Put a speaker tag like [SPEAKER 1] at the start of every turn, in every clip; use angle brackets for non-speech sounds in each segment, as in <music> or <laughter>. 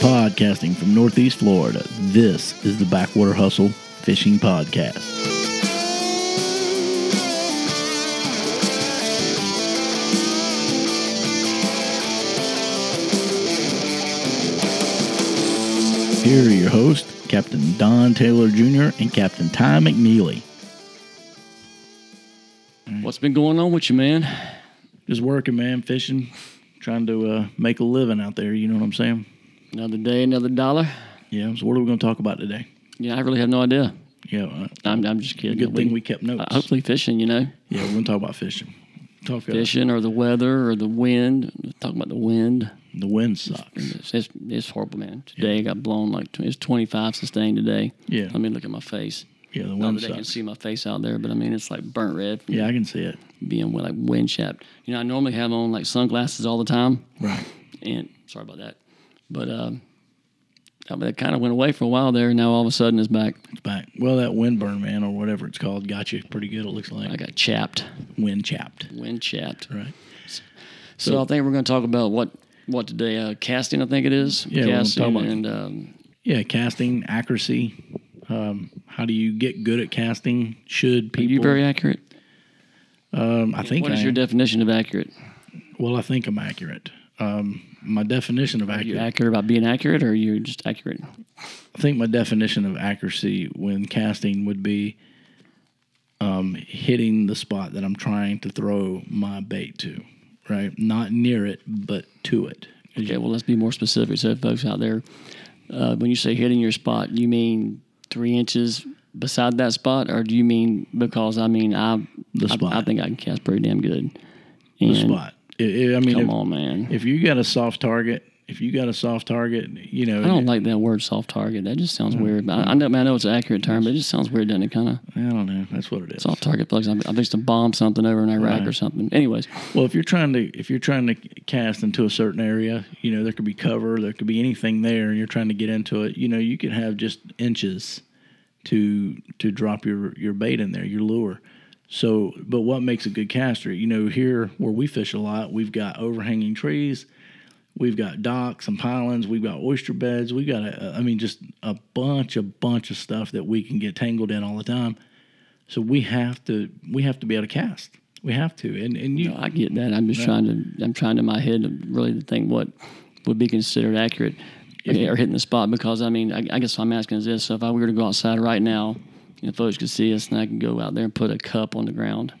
[SPEAKER 1] Broadcasting from Northeast Florida, this is the Backwater Hustle Fishing Podcast. Here are your hosts, Captain Don Taylor Jr. and Captain Ty McNeely.
[SPEAKER 2] What's been going on with you, man?
[SPEAKER 1] Just working, man, fishing, trying to uh, make a living out there, you know what I'm saying?
[SPEAKER 2] Another day, another dollar.
[SPEAKER 1] Yeah, so what are we going to talk about today?
[SPEAKER 2] Yeah, I really have no idea.
[SPEAKER 1] Yeah, uh,
[SPEAKER 2] I'm, I'm just kidding.
[SPEAKER 1] good thing we kept notes.
[SPEAKER 2] uh, hopefully fishing, you know,
[SPEAKER 1] Yeah, we're gonna talk about fishing. Talk about
[SPEAKER 2] fishing or the weather or the wind. Talk about the wind.
[SPEAKER 1] the wind sucks.
[SPEAKER 2] It's, it's, it's horrible, man. Today I got blown like tw- it's 25 sustained today.
[SPEAKER 1] Yeah.
[SPEAKER 2] Let me look at my face.
[SPEAKER 1] Yeah, the
[SPEAKER 2] Not
[SPEAKER 1] wind
[SPEAKER 2] that they can
[SPEAKER 1] sucks.
[SPEAKER 2] see my face out there, but I mean it's like burnt red from
[SPEAKER 1] Yeah, I can see it.
[SPEAKER 2] being like wind chapped. You know, I normally have on like sunglasses all the time.
[SPEAKER 1] Right.
[SPEAKER 2] and sorry about that. But um, I mean, it kind of went away for a while there. and Now all of a sudden it's back.
[SPEAKER 1] It's back. Well, that wind burn man or whatever it's called got you pretty good. It looks like
[SPEAKER 2] I got chapped,
[SPEAKER 1] wind chapped.
[SPEAKER 2] wind chapped.
[SPEAKER 1] Right.
[SPEAKER 2] So, I think we're going to talk about what what today uh, casting. I think it is.
[SPEAKER 1] Yeah, we're gonna
[SPEAKER 2] casting
[SPEAKER 1] talk about-
[SPEAKER 2] and um,
[SPEAKER 1] Yeah, casting accuracy. Um, how do you get good at casting? Should
[SPEAKER 2] are
[SPEAKER 1] people?
[SPEAKER 2] you very accurate?
[SPEAKER 1] um, I think.
[SPEAKER 2] What
[SPEAKER 1] I
[SPEAKER 2] is
[SPEAKER 1] am.
[SPEAKER 2] your definition of accurate?
[SPEAKER 1] well, I think I'm accurate. Um, my definition of
[SPEAKER 2] Are you
[SPEAKER 1] accurate.
[SPEAKER 2] accurate about being accurate, or are you just accurate?
[SPEAKER 1] I think my definition of accuracy when casting would be um, hitting the spot that I'm trying to throw my bait to, right? Not near it, but to it.
[SPEAKER 2] Okay, well let's be more specific. So folks out there, uh, when you say hitting your spot, you mean three inches beside that spot, or do you mean because I mean I
[SPEAKER 1] The
[SPEAKER 2] I-
[SPEAKER 1] spot.
[SPEAKER 2] I, think I can cast pretty damn good.
[SPEAKER 1] The
[SPEAKER 2] And
[SPEAKER 1] spot. I- I I mean,
[SPEAKER 2] Mm-hmm. Come
[SPEAKER 1] if,
[SPEAKER 2] on, man.
[SPEAKER 1] if you got a soft target, if you got a soft target, you know,
[SPEAKER 2] I don't like that word soft target. That just
[SPEAKER 1] Mm-hmm.
[SPEAKER 2] sounds weird. I, I know, I know it's an accurate term, but it just sounds weird, doesn't it? Kind of
[SPEAKER 1] I don't know. That's what it is.
[SPEAKER 2] soft target. Like I'm, I'm fixing to bomb something over in Iraq or something. Anyways,
[SPEAKER 1] Well, if you're trying to if you're trying to cast into a certain area, you know there could be cover, there could be anything there, and you're trying to get into it. You know, you could have just inches to to drop your your bait in there, your lure. So, but what makes a good caster? You know, here where we fish a lot, we've got overhanging trees, we've got docks and pylons, we've got oyster beds, we've got a, I mean, just a bunch, a bunch of stuff that we can get tangled in all the time. So we have to we have to be able to cast. We have to, and and you
[SPEAKER 2] I get that. I'm just trying to. I'm trying in my head to really to think what would be considered accurate okay, or hitting the spot. Because I mean, I, I guess what I'm asking is this: so if I were to go outside right now, and folks could see us, and I could go out there and put a cup on the ground,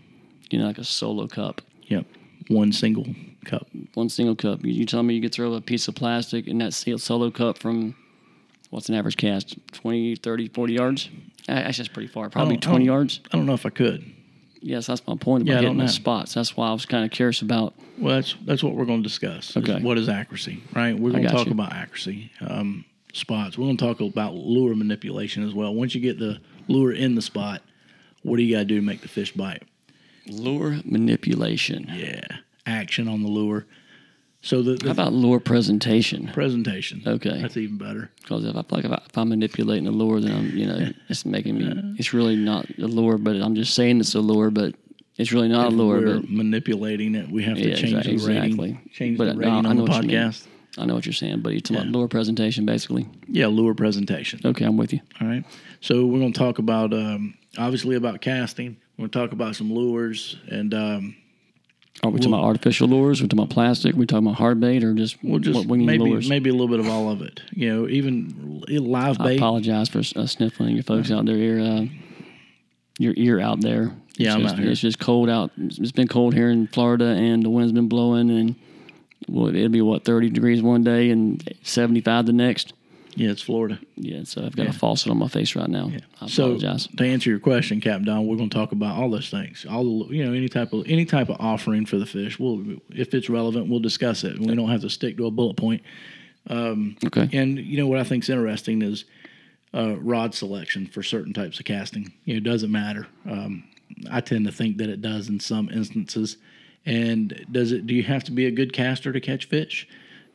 [SPEAKER 2] you know, like a solo cup,
[SPEAKER 1] Yep. One single cup.
[SPEAKER 2] one single cup. You, you tell me you could throw a piece of plastic in that sealed solo cup from what's an average cast 20, 30, 40 yards. Uh, That's just pretty far. Probably
[SPEAKER 1] don't- I
[SPEAKER 2] 20
[SPEAKER 1] don't-
[SPEAKER 2] yards.
[SPEAKER 1] I don't know if I could.
[SPEAKER 2] Yes, that's my point about
[SPEAKER 1] Yeah, I don't
[SPEAKER 2] hitting the
[SPEAKER 1] know.
[SPEAKER 2] spots. That's why I was kind of curious about
[SPEAKER 1] Well, that's that's what we're going to discuss. is
[SPEAKER 2] Okay.
[SPEAKER 1] What is accuracy? Right. We're going to
[SPEAKER 2] got
[SPEAKER 1] talk
[SPEAKER 2] you.
[SPEAKER 1] about accuracy um, spots. We're going to talk about lure manipulation as well. Once you get the lure in the spot, what do you got to do to make the fish bite?
[SPEAKER 2] lure manipulation.
[SPEAKER 1] Yeah. Action on the lure. So the, the
[SPEAKER 2] How about lure presentation?
[SPEAKER 1] presentation.
[SPEAKER 2] Okay.
[SPEAKER 1] That's even better.
[SPEAKER 2] Because if I feel like if, I, if I'm manipulating the lure, then I'm
[SPEAKER 1] <laughs>
[SPEAKER 2] you know it's making me. It's really not a lure, but I'm just saying it's a lure, but it's really not a
[SPEAKER 1] We're
[SPEAKER 2] lure.
[SPEAKER 1] manipulating it. We have to
[SPEAKER 2] Yeah,
[SPEAKER 1] change
[SPEAKER 2] exactly-
[SPEAKER 1] the rating.
[SPEAKER 2] exactly.
[SPEAKER 1] Change
[SPEAKER 2] But,
[SPEAKER 1] the
[SPEAKER 2] uh, no,
[SPEAKER 1] rating
[SPEAKER 2] I
[SPEAKER 1] on
[SPEAKER 2] know
[SPEAKER 1] the
[SPEAKER 2] what you mean.
[SPEAKER 1] podcast.
[SPEAKER 2] But I know what you're saying, but you're talking about lure presentation basically.
[SPEAKER 1] Yeah, lure presentation.
[SPEAKER 2] Okay, I'm with you.
[SPEAKER 1] All right. So we're going to talk about um, obviously about casting. We're going to talk about some lures, and um,
[SPEAKER 2] Are we talking about artificial lures? Are we talking about plastic? Are we talking about hard bait or just
[SPEAKER 1] we'll just
[SPEAKER 2] what we need
[SPEAKER 1] maybe
[SPEAKER 2] lures?
[SPEAKER 1] maybe a little bit of all of it. You know, even l- live
[SPEAKER 2] I
[SPEAKER 1] bait.
[SPEAKER 2] apologize for uh, sniffling your folks out there. Your, uh, your ear out there.
[SPEAKER 1] Yeah,
[SPEAKER 2] it's
[SPEAKER 1] I'm
[SPEAKER 2] just,
[SPEAKER 1] out here.
[SPEAKER 2] It's just cold out. It's it's been cold here in Florida, and the wind's been blowing, and well, it'll be what 30 degrees one day and 75 the next.
[SPEAKER 1] Yeah, it's Florida.
[SPEAKER 2] Yeah, so I've got a faucet on my face right now. I apologize.
[SPEAKER 1] So to answer your question, Cap Don, we're going to talk about all those things. All the you know any type of any type of offering for the fish. We'll if it's relevant, we'll discuss it. We don't have to stick to a bullet point.
[SPEAKER 2] okay.
[SPEAKER 1] And you know what I think's interesting is uh, rod selection for certain types of casting. You know, it doesn't matter. Um, I tend to think that it does in some instances. And does it? Do you have to be a good caster to catch fish?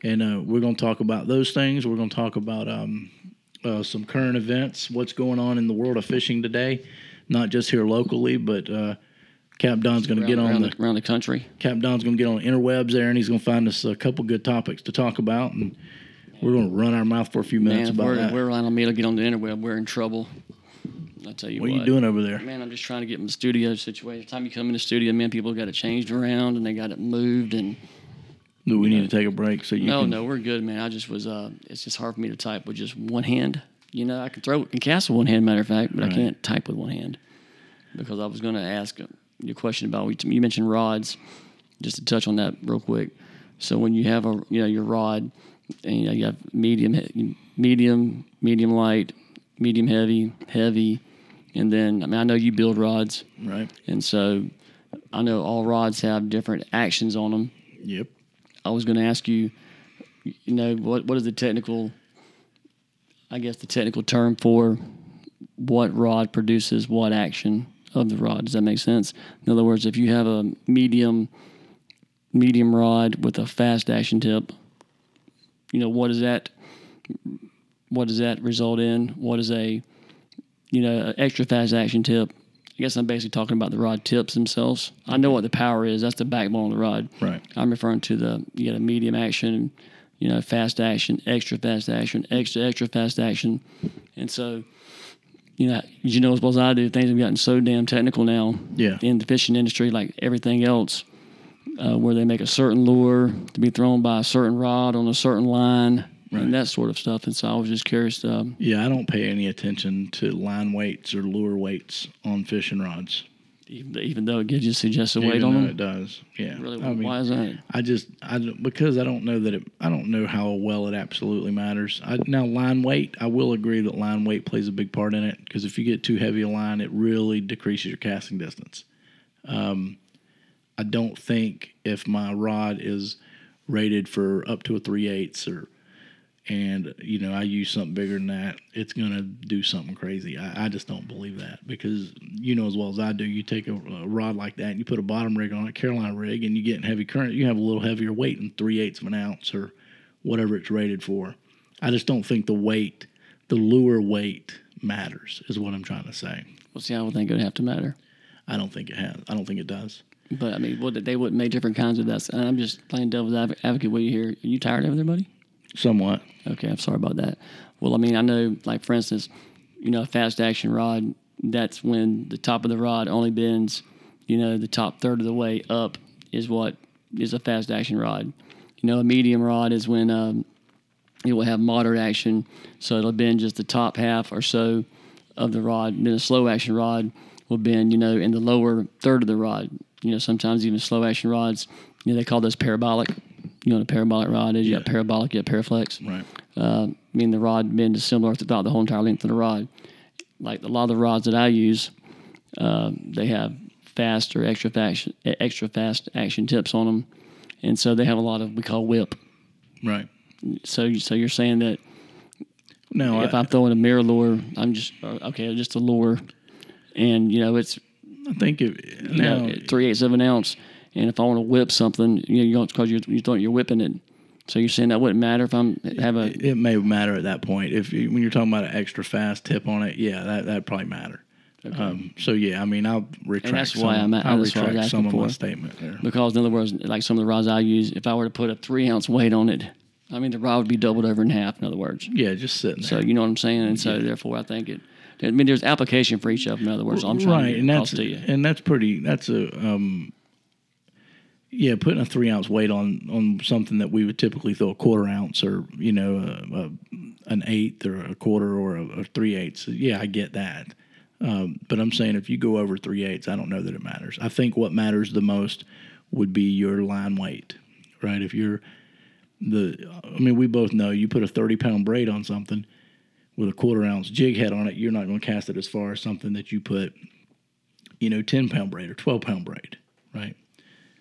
[SPEAKER 1] And uh, we're going to talk about those things. We're going to talk about um, uh, some current events, what's going on in the world of fishing today, not just here locally, but uh, Cap Don's going to get on
[SPEAKER 2] around
[SPEAKER 1] the
[SPEAKER 2] the, around the country.
[SPEAKER 1] Cap Don's going to get on the interwebs there, and he's going to find us a couple good topics to talk about. And We're going to run our mouth for a few minutes
[SPEAKER 2] Man, if
[SPEAKER 1] about
[SPEAKER 2] we're,
[SPEAKER 1] that.
[SPEAKER 2] if we're Lionel Mead will get on the interweb, we're in trouble. I tell you
[SPEAKER 1] what
[SPEAKER 2] what.
[SPEAKER 1] are you doing over there?
[SPEAKER 2] Man, I'm just trying to get in the studio situation. Time you come in the studio, man, people got it changed around and they got it moved. And
[SPEAKER 1] Do we need to take a break so you
[SPEAKER 2] no,
[SPEAKER 1] can?
[SPEAKER 2] Oh, no, we're good, man. I just was. Uh, it's just hard for me to type with just one hand. You know, I can throw, can cast with one hand, matter of fact, but
[SPEAKER 1] Right.
[SPEAKER 2] I can't type with one hand because I was going to ask your question about you mentioned rods. Just to touch on that real quick. So when you have a you know your rod and you, know, you have medium, medium, medium light, medium heavy, heavy, and then I mean I know you build rods.
[SPEAKER 1] Right.
[SPEAKER 2] And so I know all rods have different actions on them.
[SPEAKER 1] Yep.
[SPEAKER 2] I was going to ask you, you know, what what is the technical, I guess the technical term for what rod produces what action of the rod? Does that make sense? In other words, if you have a medium medium rod with a fast action tip, you know, what does that what does that result in? What is a you know, a extra fast action tip? I guess I'm basically talking about the rod tips themselves. I know what the power is. That's the backbone of the rod.
[SPEAKER 1] Right.
[SPEAKER 2] I'm referring to the you got a medium action, you know, fast action, extra fast action, extra extra fast action, and so, you know, you know as well as I do, things have gotten so damn technical now.
[SPEAKER 1] Yeah.
[SPEAKER 2] In the fishing industry, like everything else, uh, where they make a certain lure to be thrown by a certain rod on a certain line and that sort of stuff. And so I was just curious. Um,
[SPEAKER 1] Yeah, I don't pay any attention to line weights or lure weights on fishing rods.
[SPEAKER 2] even, even though it gives you suggested weight
[SPEAKER 1] even
[SPEAKER 2] on
[SPEAKER 1] though
[SPEAKER 2] them,
[SPEAKER 1] It does. Yeah.
[SPEAKER 2] really,
[SPEAKER 1] I mean,
[SPEAKER 2] why is that?
[SPEAKER 1] I just I don't- because I don't know that it I don't know how well it absolutely matters. I, now line weight, I will agree that line weight plays a big part in it because if you get too heavy a line, it really decreases your casting distance. Um, I don't think if my rod is rated for up to a three eighths or and you know I use something bigger than that, it's gonna do something crazy. I, I just don't believe that because you know as well as I do, you take a, a rod like that and you put a bottom rig on it, Carolina rig, and you get in heavy current, you have a little heavier weight than three eighths of an ounce or whatever it's rated for. I just don't think the weight, the lure weight, matters is what I'm trying to say.
[SPEAKER 2] Well, see, I would think it would have to matter.
[SPEAKER 1] I don't think it has. I don't think it does.
[SPEAKER 2] But I mean, what they wouldn't make different kinds of that. And I'm just playing devil's advo- advocate with you here. Are you tired of everybody?
[SPEAKER 1] Somewhat.
[SPEAKER 2] Okay, I'm sorry about that. Well, I mean, I know, like for instance, you know, a fast action rod. That's when the top of the rod only bends. You know, the top third of the way up is what is a fast action rod. You know, a medium rod is when um, it will have moderate action, so it'll bend just the top half or so of the rod. And then a slow action rod will bend, you know, in the lower third of the rod. You know, sometimes even slow action rods, you know, they call those parabolic. You know, what a parabolic rod is you got
[SPEAKER 1] Yeah.
[SPEAKER 2] parabolic, you got paraflex.
[SPEAKER 1] Right.
[SPEAKER 2] Uh, I mean, the rod bend is similar throughout the whole entire length of the rod. Like a lot of the rods that I use, uh, they have fast or extra fast, extra fast action tips on them, and so they have a lot of we call whip.
[SPEAKER 1] Right.
[SPEAKER 2] So, so you're saying that
[SPEAKER 1] No,
[SPEAKER 2] if
[SPEAKER 1] I,
[SPEAKER 2] I'm throwing a mirror lure, I'm just or, okay, just a lure, and you know it's
[SPEAKER 1] I think it.
[SPEAKER 2] you
[SPEAKER 1] Now,
[SPEAKER 2] know, three eighths of an ounce, and if I want to whip something, you know, you don't because you're you throwing you're whipping it. So you're saying that wouldn't matter if I'm have a
[SPEAKER 1] it may matter at that point. If you, when you're talking about an extra fast tip on it, yeah, that that probably matter. Um, so yeah, I mean, I'll retract.
[SPEAKER 2] that's
[SPEAKER 1] some,
[SPEAKER 2] why I'm at-
[SPEAKER 1] I'll
[SPEAKER 2] that's what I was
[SPEAKER 1] retract some
[SPEAKER 2] asking
[SPEAKER 1] of my
[SPEAKER 2] for.
[SPEAKER 1] statement there.
[SPEAKER 2] Because in other words, like some of the rods I use, if I were to put a three ounce weight on it, I mean the rod would be doubled over in half. In other words,
[SPEAKER 1] Yeah, just sitting
[SPEAKER 2] so
[SPEAKER 1] there.
[SPEAKER 2] you know what I'm saying. And so therefore, I think it. I mean, there's application for each of them. In other words, I'm trying
[SPEAKER 1] right,
[SPEAKER 2] to
[SPEAKER 1] and
[SPEAKER 2] get across
[SPEAKER 1] that's
[SPEAKER 2] to you.
[SPEAKER 1] and that's pretty. That's a um, yeah, putting a three ounce weight on on something that we would typically throw a quarter ounce or you know a, a, an eighth or a quarter or a, a three eighths. Yeah, I get that. Um, but I'm saying if you go over three eighths, I don't know that it matters. I think what matters the most would be your line weight, right? If you're the, I mean, we both know you put a 30 pound braid on something with a quarter ounce jig head on it, you're not going to cast it as far as something that you put, you know, 10 pound braid or 12 pound braid, right?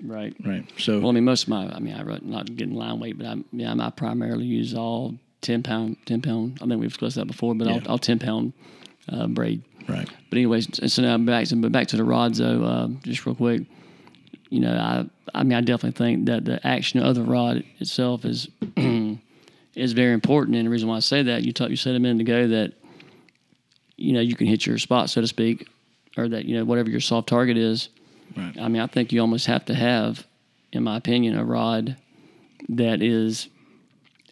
[SPEAKER 2] Right.
[SPEAKER 1] Right. So,
[SPEAKER 2] Well, I mean, most of my, I mean, I wrote not getting line weight, but I, yeah, I primarily use all ten pound, ten pound. I think we've discussed that before, but
[SPEAKER 1] Yeah.
[SPEAKER 2] all, all ten pound uh, braid.
[SPEAKER 1] right.
[SPEAKER 2] But anyways, so now back to but back to the rods though, uh, just real quick. You know, I I mean, I definitely think that the action of the rod itself is <clears throat> is very important, and the reason why I say that you talk, you said a minute ago that you know you can hit your spot, so to speak, or that you know whatever your soft target is.
[SPEAKER 1] Right.
[SPEAKER 2] I mean, I think you almost have to have, in my opinion, a rod that is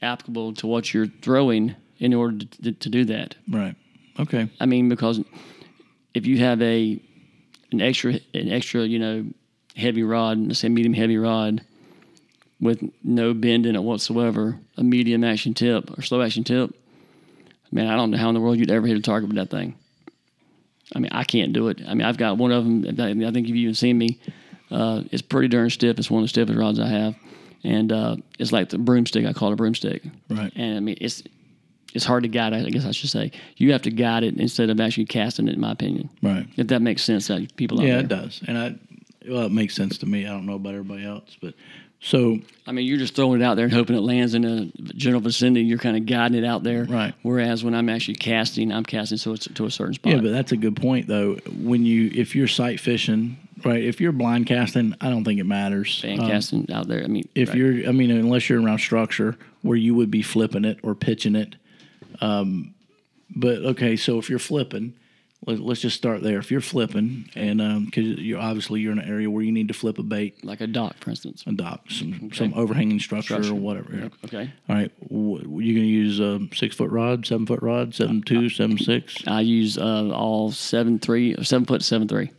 [SPEAKER 2] applicable to what you're throwing in order to, to do that.
[SPEAKER 1] Right. Okay.
[SPEAKER 2] I mean, because if you have a an extra an extra you know heavy rod, let's say medium heavy rod with no bend in it whatsoever, a medium action tip or slow action tip, man, I don't know how in the world you'd ever hit a target with that thing. I mean, I can't do it. I mean, I've got one of them. I mean, I think if you've even seen me, uh, it's pretty darn stiff. It's one of the stiffest rods I have, and uh, it's like the broomstick. I call it a broomstick.
[SPEAKER 1] Right.
[SPEAKER 2] And I mean, it's it's hard to guide. I guess I should say you have to guide it instead of actually casting it. In my opinion,
[SPEAKER 1] Right.
[SPEAKER 2] if that makes sense, to people out
[SPEAKER 1] Yeah,
[SPEAKER 2] there.
[SPEAKER 1] it does. And I, well, it makes sense to me. I don't know about everybody else, but so
[SPEAKER 2] I mean, you're just throwing it out there and hoping it lands in a general vicinity. You're kind of guiding it out there.
[SPEAKER 1] Right.
[SPEAKER 2] Whereas when I'm actually casting, I'm casting so it's to a certain spot.
[SPEAKER 1] yeah, but that's a good point though. When you, if you're sight fishing, right? If you're blind casting, I don't think it matters.
[SPEAKER 2] and
[SPEAKER 1] Um,
[SPEAKER 2] casting out there. I mean,
[SPEAKER 1] if
[SPEAKER 2] right.
[SPEAKER 1] you're, I mean, unless you're around structure where you would be flipping it or pitching it. Um, but okay, so if you're flipping, let, let's just start there. If you're flipping, and because you're obviously you're in an area where you need to flip a bait,
[SPEAKER 2] like a dock, for instance.
[SPEAKER 1] a dock, some some overhanging structure,
[SPEAKER 2] Structure.
[SPEAKER 1] or whatever. yeah.
[SPEAKER 2] Okay.
[SPEAKER 1] All right, wh- you gonna use a six foot rod, seven foot rod, seven
[SPEAKER 2] <laughs>
[SPEAKER 1] two, seven six,
[SPEAKER 2] I use uh, all seven three, or seven foot, seven three.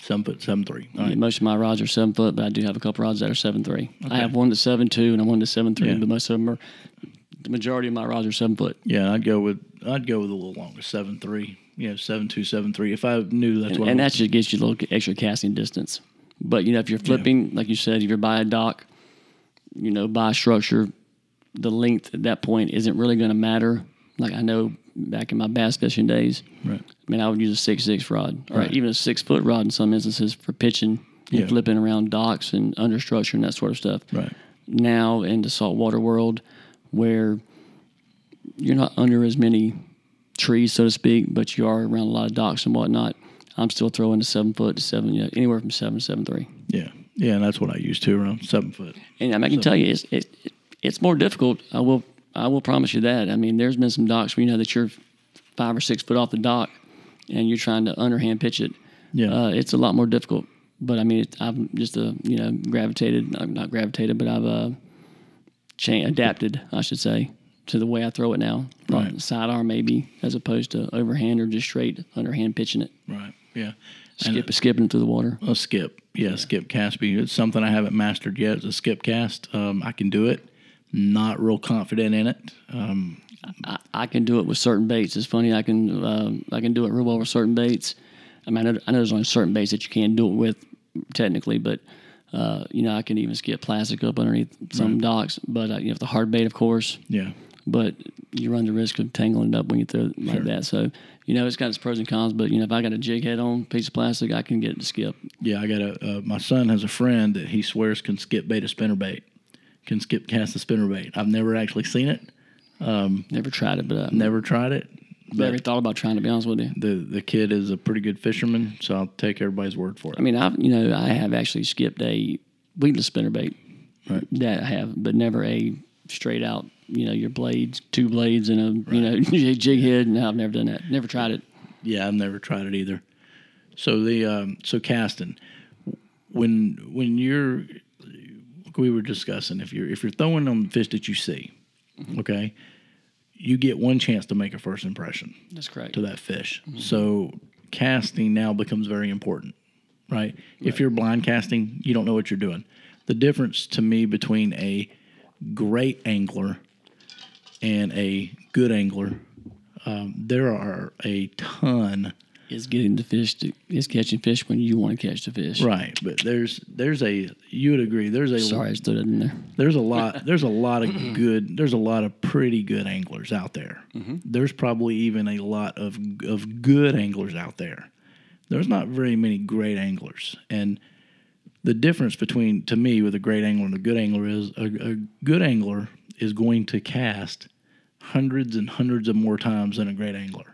[SPEAKER 1] seven foot, seven three. All
[SPEAKER 2] I
[SPEAKER 1] right,
[SPEAKER 2] mean, most of my rods are seven foot, but I do have a couple rods that are seven three. I have one that's seven two and I one that's seven three,
[SPEAKER 1] Yeah.
[SPEAKER 2] but most of them are. The majority of my rods are seven foot.
[SPEAKER 1] yeah, I'd go with I'd go with a little longer, seven three, yeah, seven two, seven three. If I knew that's what,
[SPEAKER 2] and
[SPEAKER 1] I
[SPEAKER 2] that just gives you a little extra casting distance. But you know, if you're flipping, like you said, if you're by a dock, you know, by structure, the length at that point isn't really going to matter. Like I know back in my bass fishing days,
[SPEAKER 1] Right.
[SPEAKER 2] I mean, I would use a six six rod, or
[SPEAKER 1] Right.
[SPEAKER 2] even a six foot rod in some instances for pitching and
[SPEAKER 1] Yeah.
[SPEAKER 2] flipping around docks and under structure and that sort of stuff.
[SPEAKER 1] Right.
[SPEAKER 2] Now in the saltwater world, where you're not under as many trees, so to speak, but you are around a lot of docks and whatnot. I'm still throwing a seven foot to seven, yeah, anywhere from seven to seven three.
[SPEAKER 1] yeah, yeah, and that's what I used to around seven foot.
[SPEAKER 2] And I, mean, I can tell you, it's it, it, it's more difficult. I will I will promise you that. I mean, there's been some docks where you know that you're five or six foot off the dock, and you're trying to underhand pitch it.
[SPEAKER 1] Yeah.
[SPEAKER 2] uh, it's a lot more difficult. But I mean, it, I've just uh, you know gravitated, not, not gravitated, but I've uh, cha- adapted, I should say, to the way I throw it now.
[SPEAKER 1] Right.
[SPEAKER 2] Sidearm maybe as opposed to overhand or just straight underhand pitching it,
[SPEAKER 1] Right, yeah, and
[SPEAKER 2] skip, skipping it through the water.
[SPEAKER 1] a skip, yeah, skip cast. be- It's something I haven't mastered yet. It's a skip cast. Um, I can do it. Not real confident in it. Um,
[SPEAKER 2] I, I can do it with certain baits. It's funny. I can um, I can do it real well with certain baits. I mean, I know, I know there's only certain baits that you can do it with, technically, but uh, you know, I can even skip plastic up underneath some docks. But uh, you have the hard bait, of course.
[SPEAKER 1] yeah,
[SPEAKER 2] But you run the risk of tangling it up when you throw it like that. So you know, it's got its pros and cons. But you know, if I got a jig head on piece of plastic, I can get it to skip.
[SPEAKER 1] Yeah, I got a. Uh, my son has a friend that he swears can skip bait a spinner bait, can skip cast a spinner bait. I've never actually seen it,
[SPEAKER 2] Never tried it, but uh,
[SPEAKER 1] never tried it.
[SPEAKER 2] never thought about trying. To be honest with you.
[SPEAKER 1] The the kid is a pretty good fisherman, so I'll take everybody's word for it.
[SPEAKER 2] I mean, I've you know I have actually skipped a weedless spinnerbait
[SPEAKER 1] Right.
[SPEAKER 2] that I have, but never a straight out you know your blades, two blades and a you know <laughs> jig head. No, I've never done that. Never tried it.
[SPEAKER 1] yeah, I've never tried it either. So the um, so casting when when you're like we were discussing if you're if you're throwing on the fish that you see, okay, you get one chance to make a first impression.
[SPEAKER 2] That's correct.
[SPEAKER 1] to that fish. So casting now becomes very important, right? If you're blind casting, you don't know what you're doing. The difference to me between a great angler and a good angler, um, there are a ton,
[SPEAKER 2] It's getting the fish. To, it's catching fish when you want to catch the fish.
[SPEAKER 1] right? But there's there's a you would agree there's a
[SPEAKER 2] Sorry, I just threw that in there.
[SPEAKER 1] there's a lot there's a lot of good there's a lot of pretty good anglers out there there's probably even a lot of of good anglers out there there's not very many great anglers and the difference between to me with a great angler and a good angler is a, a good angler is going to cast hundreds and hundreds of more times than a great angler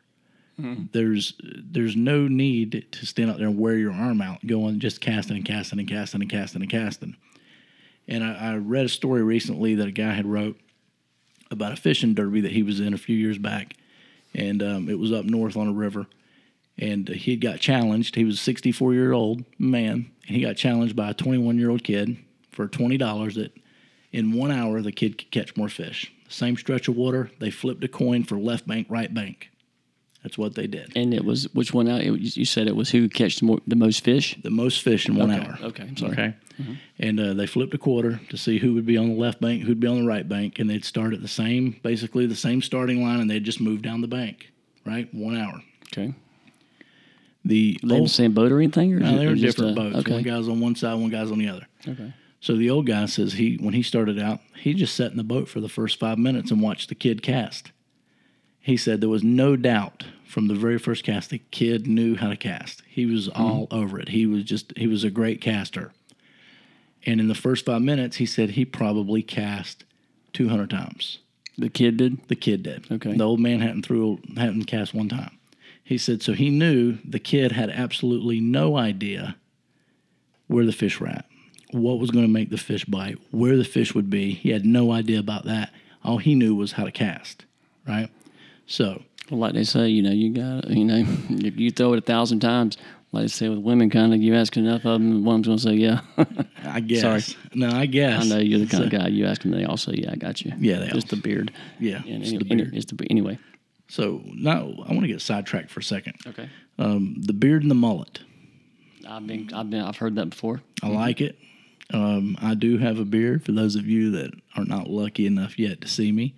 [SPEAKER 1] there's there's no need to stand out there and wear your arm out going just casting and casting and casting and casting and casting and I, I read a story recently that a guy had wrote about a fishing derby that he was in a few years back, and um, it was up north on a river, and he had got challenged. He was a 64 year old man, and he got challenged by a 21 year old kid for twenty dollars that In one hour, the kid could catch more fish. Same stretch of water, they flipped a coin for left bank, right bank. That's what they did.
[SPEAKER 2] And it was which one out? It, was- you said it was who catched more, the most fish.
[SPEAKER 1] The most fish in one
[SPEAKER 2] Okay,
[SPEAKER 1] hour.
[SPEAKER 2] okay, I'm sorry.
[SPEAKER 1] Okay. And uh, they flipped a quarter to see who would be on the left bank, who'd be on the right bank, and they'd start at the same, basically the same starting line, and they'd just move down the bank, right? One hour.
[SPEAKER 2] Okay,
[SPEAKER 1] The
[SPEAKER 2] they in the
[SPEAKER 1] old,
[SPEAKER 2] same boat or anything? Or is
[SPEAKER 1] no,
[SPEAKER 2] it-
[SPEAKER 1] they were
[SPEAKER 2] or just
[SPEAKER 1] different
[SPEAKER 2] a-
[SPEAKER 1] boats. One
[SPEAKER 2] Okay,
[SPEAKER 1] guy's on one side, one guy's on the other.
[SPEAKER 2] okay.
[SPEAKER 1] So the old guy says he when he started out, he just sat in the boat for the first five minutes and watched the kid cast. He said there was no doubt from the very first cast the kid knew how to cast. He was
[SPEAKER 2] Mm-hmm.
[SPEAKER 1] all over it. He was just he was a great caster. And in the first five minutes, he said he probably cast two hundred times.
[SPEAKER 2] The kid did.
[SPEAKER 1] The kid did.
[SPEAKER 2] Okay.
[SPEAKER 1] The old man hadn't threw hadn't cast one time. He said so he knew the kid had absolutely no idea where the fish were at, what was going to make the fish bite, where the fish would be. He had no idea about that. All he knew was how to cast, right? So
[SPEAKER 2] Well, like they say, you know, you got you know, <laughs> if you throw it a thousand times, like they say with women, kind of, you ask enough of them, one of them's gonna say, yeah. <laughs>
[SPEAKER 1] I guess. No, I guess.
[SPEAKER 2] I know you're the kind of guy you ask them, they all say, yeah, I got you.
[SPEAKER 1] Yeah, they
[SPEAKER 2] just
[SPEAKER 1] all-
[SPEAKER 2] the beard.
[SPEAKER 1] Yeah,
[SPEAKER 2] and
[SPEAKER 1] just
[SPEAKER 2] anyway,
[SPEAKER 1] the beard.
[SPEAKER 2] It's the be- anyway.
[SPEAKER 1] So now I want to get sidetracked for a second.
[SPEAKER 2] Okay,
[SPEAKER 1] Um, the beard and the mullet.
[SPEAKER 2] I've been, I've been, I've heard that before.
[SPEAKER 1] I like it. Um, I do have a beard. For those of you that are not lucky enough yet to see me,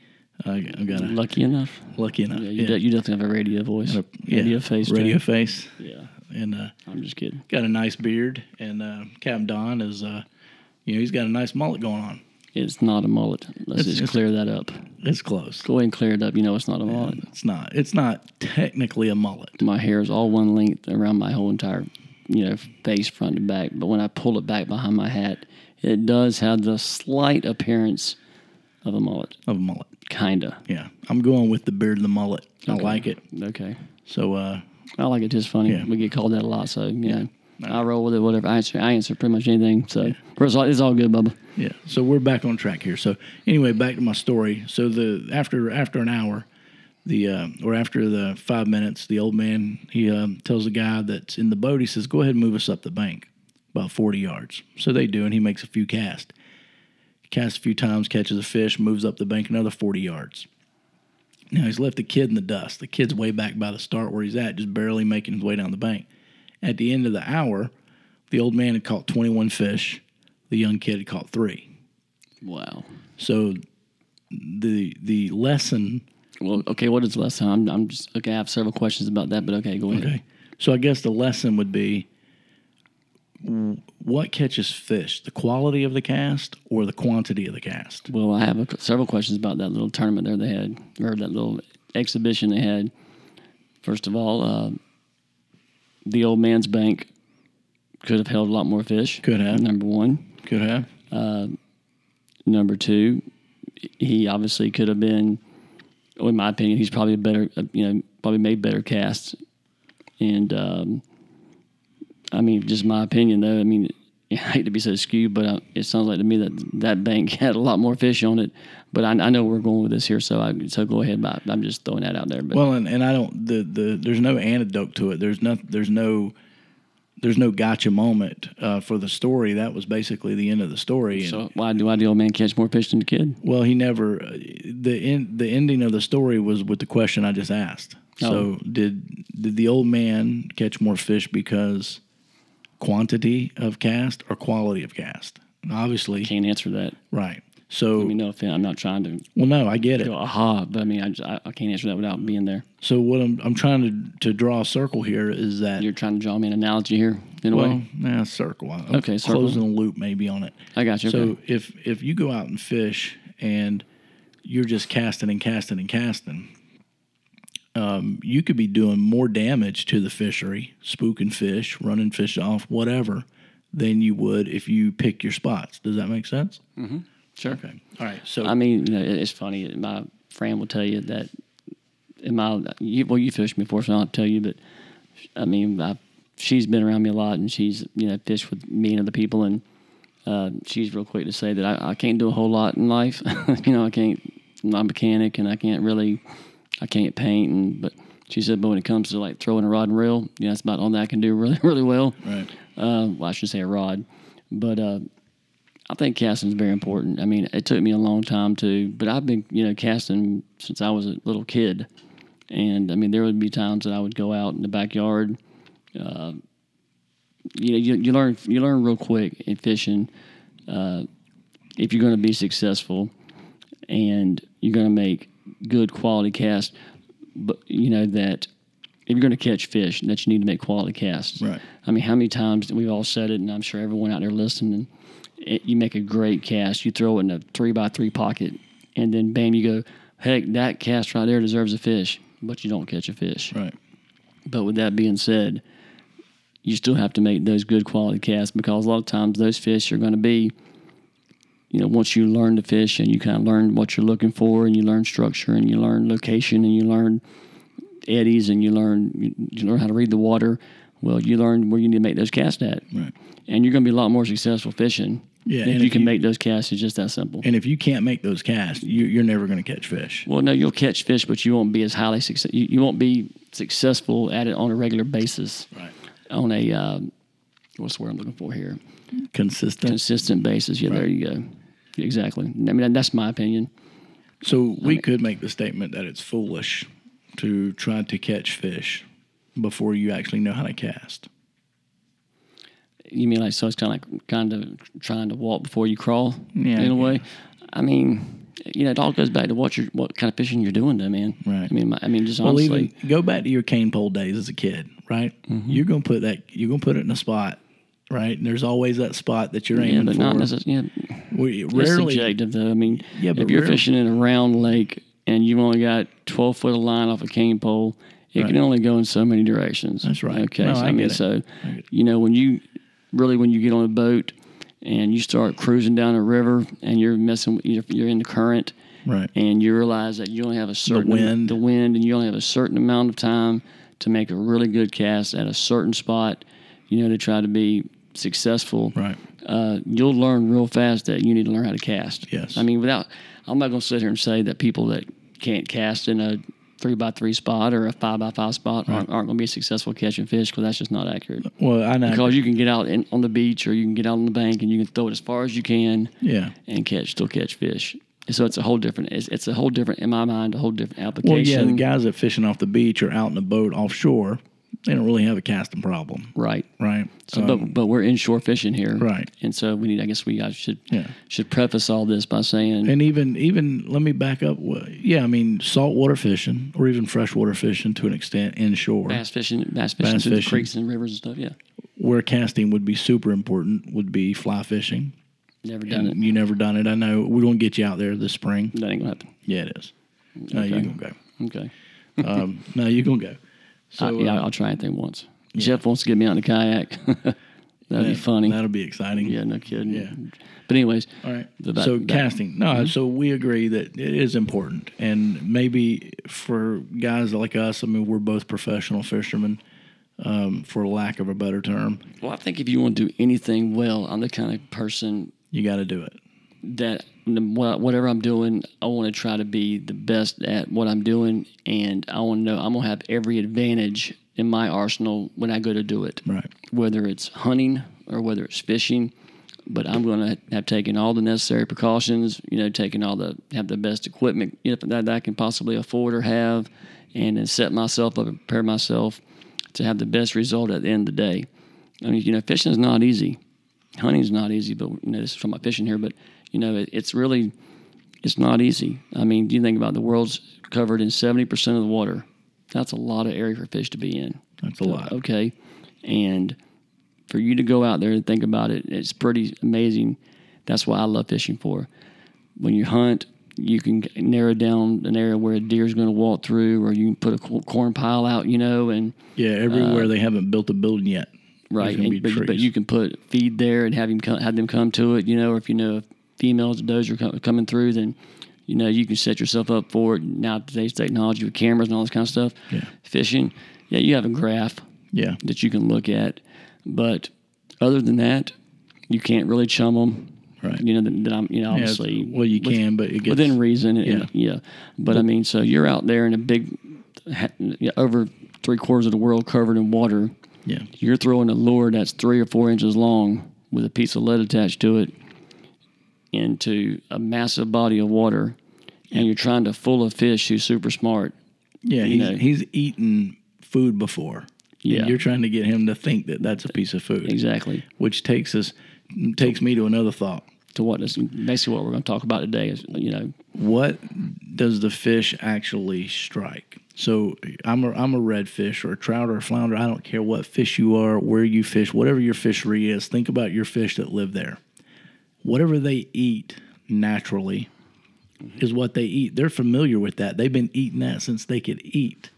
[SPEAKER 1] I, I've got a
[SPEAKER 2] Lucky enough,
[SPEAKER 1] lucky enough.
[SPEAKER 2] yeah, you, De- you definitely have a radio voice,
[SPEAKER 1] Yeah.
[SPEAKER 2] radio face, Jack.
[SPEAKER 1] radio face,
[SPEAKER 2] Yeah,
[SPEAKER 1] and uh,
[SPEAKER 2] I'm just kidding.
[SPEAKER 1] got a nice beard. And uh, Captain Don is, uh, you know, he's got a nice mullet going on.
[SPEAKER 2] It's not a mullet. Let's
[SPEAKER 1] It's-
[SPEAKER 2] just clear that up.
[SPEAKER 1] It's close.
[SPEAKER 2] Go ahead and clear it up. You know, it's not a mullet.
[SPEAKER 1] It's not. It's not technically a mullet.
[SPEAKER 2] My hair is all one length around my whole entire, you know, face front and back. But when I pull it back behind my hat, it does have the slight appearance of a mullet,
[SPEAKER 1] Of a mullet.
[SPEAKER 2] kinda.
[SPEAKER 1] Yeah, I'm going with the beard and the mullet. I like it.
[SPEAKER 2] Okay,
[SPEAKER 1] So uh,
[SPEAKER 2] I like it just funny.
[SPEAKER 1] Yeah.
[SPEAKER 2] We get called that a lot, so you know, I roll with it. Whatever I answer, I answer pretty much anything. So first of all, it's all good, Bubba.
[SPEAKER 1] Yeah. So we're back on track here. So anyway, back to my story. So the after after an hour, the uh, or after the five minutes, the old man he um, tells the guy that's in the boat. He says, "Go ahead and move us up the bank, about forty yards." So they do, and he makes a few casts. Casts a few times, catches a fish, moves up the bank another forty yards. Now he's left the kid in the dust. The kid's way back by the start where he's at, just barely making his way down the bank. At the end of the hour, the old man had caught 21 fish. The young kid had caught three.
[SPEAKER 2] Wow.
[SPEAKER 1] So the the lesson.
[SPEAKER 2] Well, okay. What is the last time? I'm, I'm just okay. I have several questions about that, but okay, go ahead.
[SPEAKER 1] So I guess the lesson would be w- what catches fish, the quality of the cast or the quantity of the cast?
[SPEAKER 2] Well, I have a, several questions about that little tournament there they had, or that little exhibition they had. First of all, uh, the old man's bank could have held a lot more fish.
[SPEAKER 1] Could have.
[SPEAKER 2] Number one.
[SPEAKER 1] Could have.
[SPEAKER 2] Number two, he obviously could have been, well, in my opinion, he's probably a better, uh, you know, probably made better casts. And um, I mean, just my opinion though. I mean, <laughs> I hate to be so skewed, but uh it sounds like to me that that bank <laughs> had a lot more fish on it. But I, I know we're going with this here, so I so go ahead. But I'm just throwing that out there. But
[SPEAKER 1] Well, and, and I don't the, the there's no antidote to it. There's no there's no there's no gotcha moment uh, for the story. That was basically the end of the story. And-
[SPEAKER 2] so why do why do old man catch more fish than the kid?
[SPEAKER 1] Well, he never. uh, the end, The ending of the story was with the question I just asked.
[SPEAKER 2] Oh.
[SPEAKER 1] So did did the old man catch more fish because quantity of cast or quality of cast? Obviously,
[SPEAKER 2] Can't answer that.
[SPEAKER 1] right. So
[SPEAKER 2] I mean, no offense. I'm not trying to
[SPEAKER 1] well, no, I get it.
[SPEAKER 2] go aha, but I mean, I, just, I, I can't answer that without being there.
[SPEAKER 1] So what I'm I'm trying to to draw a circle here is that
[SPEAKER 2] You're trying to draw me an analogy here in a way.
[SPEAKER 1] well, nah, circle. I'm
[SPEAKER 2] Okay, circle.
[SPEAKER 1] closing the loop maybe on it.
[SPEAKER 2] I got you.
[SPEAKER 1] So
[SPEAKER 2] okay.
[SPEAKER 1] if if you go out and fish and you're just casting and casting and casting, um, you could be doing more damage to the fishery, spooking fish, running fish off, whatever, than you would if you pick your spots. Does that make sense?
[SPEAKER 2] sure.
[SPEAKER 1] Okay. All right. So
[SPEAKER 2] I mean, you know, it- it's funny. My friend will tell you that. In my, you, well, you fished me before, so I'll tell you. But I mean, I, she's been around me a lot, and she's you know fished with me and other people, and uh, she's real quick to say that I, I can't do a whole lot in life. <laughs> you know, I can't. I'm not a mechanic, and I can't really. I can't paint, and but she said, but when it comes to like throwing a rod and reel, you know, that's <laughs> about all that I can do really, really well
[SPEAKER 1] right.
[SPEAKER 2] uh, well, I should say a rod, but uh, I think casting is very important. I mean, it took me a long time to, but I've been, you know, casting since I was a little kid. And I mean, there would be times that I would go out in the backyard. Uh, you know, you, you learn you learn real quick in fishing uh, if you're going to be successful and you're going to make good quality casts. But you know that if you're going to catch fish, that you need to make quality casts.
[SPEAKER 1] Right.
[SPEAKER 2] I mean, how many times we've all said it, and I'm sure everyone out there listening, it, you make a great cast, you throw it in a three by three pocket, and then bam, you go, heck, that cast right there deserves a fish, but you don't catch a fish.
[SPEAKER 1] Right.
[SPEAKER 2] But with that being said, you still have to make those good quality casts because a lot of times those fish are going to be, you know, once you learn to fish and you kind of learn what you're looking for and you learn structure and you learn location and you learn eddies and you learn you, you learn how to read the water. Well, you learn where you need to make those casts at,
[SPEAKER 1] Right.
[SPEAKER 2] and you're going to be a lot more successful fishing.
[SPEAKER 1] Yeah,
[SPEAKER 2] if
[SPEAKER 1] and
[SPEAKER 2] you
[SPEAKER 1] if
[SPEAKER 2] can
[SPEAKER 1] you-
[SPEAKER 2] make those casts, it's just that simple.
[SPEAKER 1] And if you can't make those casts, you, you're never going to catch fish.
[SPEAKER 2] Well, no, you'll catch fish, but you won't be as highly success. You, you won't be successful at it on a regular basis.
[SPEAKER 1] Right.
[SPEAKER 2] on a uh, what's the word I'm looking for here?
[SPEAKER 1] Consistent.
[SPEAKER 2] Consistent basis. Yeah, there you go. Exactly. I mean, that's my opinion.
[SPEAKER 1] So we could make the statement that it's foolish to try to catch fish before you actually know how to cast.
[SPEAKER 2] You mean like so? It's kind of like kind of trying to walk before you crawl.
[SPEAKER 1] Yeah,
[SPEAKER 2] In a
[SPEAKER 1] I
[SPEAKER 2] way, I mean, you know, it all goes back to what you are what kind of fishing you're doing, though, man.
[SPEAKER 1] Right.
[SPEAKER 2] I mean, my, I mean, just
[SPEAKER 1] Well,
[SPEAKER 2] honestly,
[SPEAKER 1] even go back to your cane pole days as a kid, right?
[SPEAKER 2] Mm-hmm.
[SPEAKER 1] You're gonna put that. You're gonna put it in a spot, right? And there's always that spot that you're
[SPEAKER 2] yeah,
[SPEAKER 1] aiming
[SPEAKER 2] but
[SPEAKER 1] for.
[SPEAKER 2] not necessarily. Yeah,
[SPEAKER 1] we
[SPEAKER 2] it's
[SPEAKER 1] rarely,
[SPEAKER 2] subjective, though. I mean,
[SPEAKER 1] Yeah,
[SPEAKER 2] if
[SPEAKER 1] but
[SPEAKER 2] you're
[SPEAKER 1] rarely-
[SPEAKER 2] fishing in a round lake and you've only got 12 foot of line off a cane pole, it can only go in so many directions.
[SPEAKER 1] That's right.
[SPEAKER 2] Okay.
[SPEAKER 1] No,
[SPEAKER 2] so,
[SPEAKER 1] I
[SPEAKER 2] I, mean,
[SPEAKER 1] get it.
[SPEAKER 2] so, you know, when you really, when you get on a boat and you start cruising down a river and you're messing, with- you're, you're in the current
[SPEAKER 1] right?
[SPEAKER 2] and you realize that you only have a certain
[SPEAKER 1] wind.
[SPEAKER 2] the wind, and you only have a certain amount of time to make a really good cast at a certain spot, you know, to try to be successful.
[SPEAKER 1] Right.
[SPEAKER 2] Uh, you'll learn real fast that you need to learn how to cast.
[SPEAKER 1] Yes.
[SPEAKER 2] I mean, without, I'm not going to sit here and say that people that can't cast in a three by three spot or a five by five spot aren't, aren't going to be successful catching fish because that's just not accurate.
[SPEAKER 1] Well, I know.
[SPEAKER 2] Because you can get out in, on the beach or you can get out on the bank and you can throw it as far as you can
[SPEAKER 1] yeah.
[SPEAKER 2] and catch still catch fish. And so it's a whole different. It's, it's a whole different in my mind, a whole different
[SPEAKER 1] Well, yeah.
[SPEAKER 2] application.
[SPEAKER 1] The guys that fishing off the beach or out in a boat offshore, they don't really have a casting problem,
[SPEAKER 2] right.
[SPEAKER 1] right?
[SPEAKER 2] So, but but we're inshore fishing here,
[SPEAKER 1] um, Right.
[SPEAKER 2] And so we need. I guess we guys should
[SPEAKER 1] Yeah.
[SPEAKER 2] should preface all this by saying
[SPEAKER 1] and even even let me back up. Wh- Yeah, I mean saltwater fishing or even freshwater fishing to an extent inshore.
[SPEAKER 2] bass fishing, bass fishing,
[SPEAKER 1] Bass
[SPEAKER 2] through the
[SPEAKER 1] fishing.
[SPEAKER 2] creeks and rivers and stuff. Yeah,
[SPEAKER 1] Where casting would be super important would be fly fishing.
[SPEAKER 2] never done it.
[SPEAKER 1] And you never done it. I know we're gonna get you out there this spring.
[SPEAKER 2] That ain't gonna happen.
[SPEAKER 1] Yeah, it is. No, you're gonna
[SPEAKER 2] Okay.
[SPEAKER 1] go. Um, no, you're gonna go. So uh,
[SPEAKER 2] I, yeah, I'll try anything once. Jeff wants to get me out in a kayak. <laughs> That'd be funny.
[SPEAKER 1] That'll be exciting.
[SPEAKER 2] yeah, no kidding.
[SPEAKER 1] Yeah.
[SPEAKER 2] But anyways,
[SPEAKER 1] All right.
[SPEAKER 2] The back-
[SPEAKER 1] so
[SPEAKER 2] back-
[SPEAKER 1] casting. No,
[SPEAKER 2] Mm-hmm.
[SPEAKER 1] so we agree that it is important, and maybe for guys like us, I mean, we're both professional fishermen, um, for lack of a better term.
[SPEAKER 2] well, I think if you want to do anything well, I'm the kind of person
[SPEAKER 1] You got to do it.
[SPEAKER 2] that n- wha- whatever I'm doing, I want to try to be the best at what I'm doing, and I want to know I'm gonna have every advantage in my arsenal when I go to do it,
[SPEAKER 1] Right.
[SPEAKER 2] whether it's hunting or whether it's fishing. But I'm gonna have taken all the necessary precautions, you know, taking all the have the best equipment you know, that, that I can possibly afford or have, and then set myself up and prepare myself to have the best result at the end of the day. I mean, you know, fishing is not easy hunting's not easy, but you know, this is from my fishing here, but you know, it, it's really, it's not easy. I mean, you think about it, the world's covered in 70% of the water. That's a lot of area for fish to be in.
[SPEAKER 1] That's a lot.
[SPEAKER 2] Okay. And for you to go out there and think about it, it's pretty amazing. That's what I love fishing for. When you hunt, you can narrow down an area where a deer's going to walk through, or you can put a cor- corn pile out, you know, and
[SPEAKER 1] Yeah. Everywhere they haven't built a building yet.
[SPEAKER 2] uh, right?
[SPEAKER 1] There's gonna
[SPEAKER 2] and-
[SPEAKER 1] be
[SPEAKER 2] but, but
[SPEAKER 1] trees.
[SPEAKER 2] you can put feed there and have him come, have them come to it. You know, or if you know if females and does are co- coming through, then you know you can set yourself up for it. Now today's technology with cameras and all this kind of stuff,
[SPEAKER 1] Yeah.
[SPEAKER 2] fishing. Yeah, you have a graph
[SPEAKER 1] Yeah.
[SPEAKER 2] that you can look at, but other than that, you can't really chum them.
[SPEAKER 1] Right.
[SPEAKER 2] You know that, that I'm. You know,
[SPEAKER 1] Yeah, it's-
[SPEAKER 2] obviously,
[SPEAKER 1] well, you can, but it gets
[SPEAKER 2] within reason. and- and-
[SPEAKER 1] Yeah.
[SPEAKER 2] yeah. But I mean, so you're out there in a big, ha- yeah, over three quarters of the world covered in water
[SPEAKER 1] yeah.
[SPEAKER 2] you're throwing a lure that's three or four inches long with a piece of lead attached to it. into a massive body of water, and you're trying to fool a fish who's super smart.
[SPEAKER 1] Yeah, he's
[SPEAKER 2] know.
[SPEAKER 1] he's eaten food before.
[SPEAKER 2] Yeah.
[SPEAKER 1] and you're trying to get him to think that that's a piece of food.
[SPEAKER 2] Exactly.
[SPEAKER 1] Which takes us takes me to another thought.
[SPEAKER 2] To what is basically what we're going to talk about today is you know
[SPEAKER 1] What does the fish actually strike? So I'm a I'm a redfish or a trout or a flounder. I don't care what fish you are, where you fish, whatever your fishery is. Think about your fish that live there. Whatever they eat naturally is what they eat. They're familiar with that. They've been eating that since they could eat.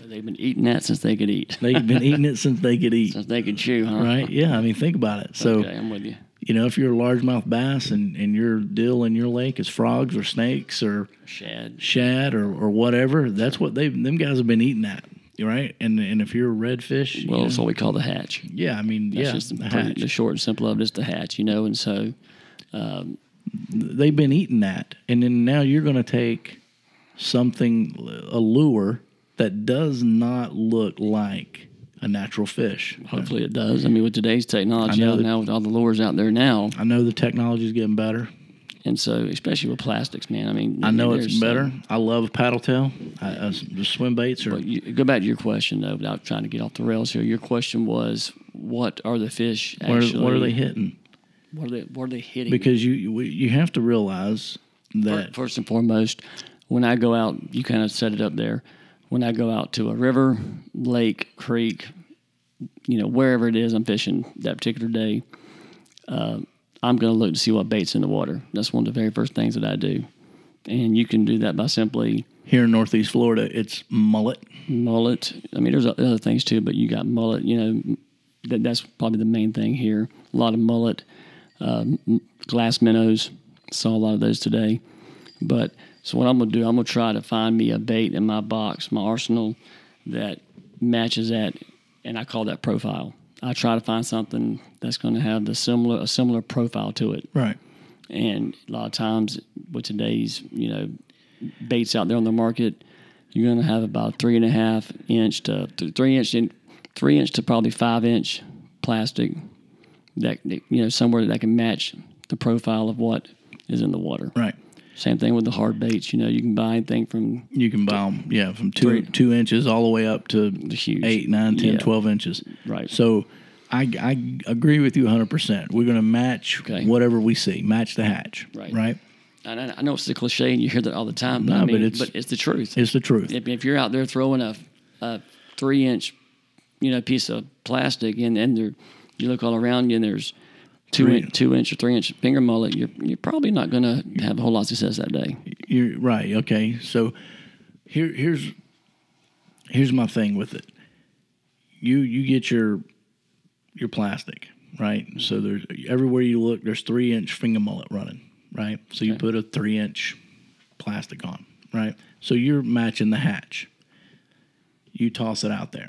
[SPEAKER 2] they've been eating that since they could eat,
[SPEAKER 1] They've been eating it since they could
[SPEAKER 2] <laughs>
[SPEAKER 1] eat.
[SPEAKER 2] since they could chew, huh?
[SPEAKER 1] Right? Yeah. I mean, think about it. So,
[SPEAKER 2] Okay, I'm with you.
[SPEAKER 1] you know, if you're a largemouth bass and, and your deal in your lake is frogs or snakes or
[SPEAKER 2] Shad.
[SPEAKER 1] shad or, or whatever, that's what they them guys have been eating that. Right? And and if you're a redfish, you
[SPEAKER 2] Well,
[SPEAKER 1] know,
[SPEAKER 2] that's what we call the hatch.
[SPEAKER 1] yeah, I mean,
[SPEAKER 2] That's
[SPEAKER 1] yeah,
[SPEAKER 2] just the,
[SPEAKER 1] the
[SPEAKER 2] pretty-
[SPEAKER 1] hatch.
[SPEAKER 2] the short and simple of it is the hatch, you know. And so,
[SPEAKER 1] they've been eating that. And then now you're going to take something, a lure that does not look like a natural fish.
[SPEAKER 2] hopefully, it does. I mean, with today's technology
[SPEAKER 1] I know
[SPEAKER 2] out
[SPEAKER 1] that-
[SPEAKER 2] now, with all the lures out there now,
[SPEAKER 1] I know the technology's getting better.
[SPEAKER 2] and so especially with plastics, man. I mean,
[SPEAKER 1] I know it's
[SPEAKER 2] there's, uh,
[SPEAKER 1] better. I love paddle tail. I, I, the swim baits are
[SPEAKER 2] But you, go back to your question though, without trying to get off the rails here. Your question was, what are the fish
[SPEAKER 1] what are,
[SPEAKER 2] actually?
[SPEAKER 1] what are they hitting?
[SPEAKER 2] What are they? What are they hitting?
[SPEAKER 1] Because you you- you have to realize
[SPEAKER 2] Fir-
[SPEAKER 1] that
[SPEAKER 2] first and foremost, when I go out, you kind of set it up there. When I go out to a river, lake, creek, you know, wherever it is I'm fishing that particular day, uh, I'm going to look to see what bait's in the water. That's one of the very first things that I do. And you can do that by simply
[SPEAKER 1] here in Northeast Florida, it's mullet.
[SPEAKER 2] mullet. I mean, there's other things too, but you got mullet. You know, that, that's probably the main thing here. A lot of mullet, um, glass minnows. Saw a lot of those today. But so what I'm gonna do, I'm gonna try to find me a bait in my box, my arsenal, that matches that, and I call that profile. I try to find something that's going to have the similar a similar profile to it.
[SPEAKER 1] Right.
[SPEAKER 2] And a lot of times with today's, you know, baits out there on the market, you're going to have about three and a half inch to th- three inch, in, three inch to probably five inch plastic that, that, you know, somewhere that can match the profile of what is in the water.
[SPEAKER 1] Right.
[SPEAKER 2] Same thing with the hard baits. You know, you can buy anything from
[SPEAKER 1] You can buy them, yeah, from two two inches all the way up to
[SPEAKER 2] huge.
[SPEAKER 1] eight, nine, 10,
[SPEAKER 2] Yeah.
[SPEAKER 1] 12 inches.
[SPEAKER 2] Right.
[SPEAKER 1] So I, I agree with you 100%. We're going to match
[SPEAKER 2] Okay.
[SPEAKER 1] whatever we see, match the hatch.
[SPEAKER 2] Right.
[SPEAKER 1] Right.
[SPEAKER 2] and I, I know it's a cliche and you hear that all the time, but, I
[SPEAKER 1] No,
[SPEAKER 2] mean,
[SPEAKER 1] but it's-
[SPEAKER 2] the truth.
[SPEAKER 1] It's the truth.
[SPEAKER 2] if, if you're out there throwing a, a three inch, you know, piece of plastic and and there, you look all around you and there's two
[SPEAKER 1] Three-
[SPEAKER 2] in, two inch or three inch finger mullet, you're you're probably not gonna have a whole lot of success that day.
[SPEAKER 1] You're right. Okay. So here here's here's my thing with it. You you get your your plastic, right?
[SPEAKER 2] Mm-hmm.
[SPEAKER 1] So there's everywhere you look, there's three inch finger mullet running, right? So you put a three inch plastic on, right? So you're matching the hatch. You toss it out there.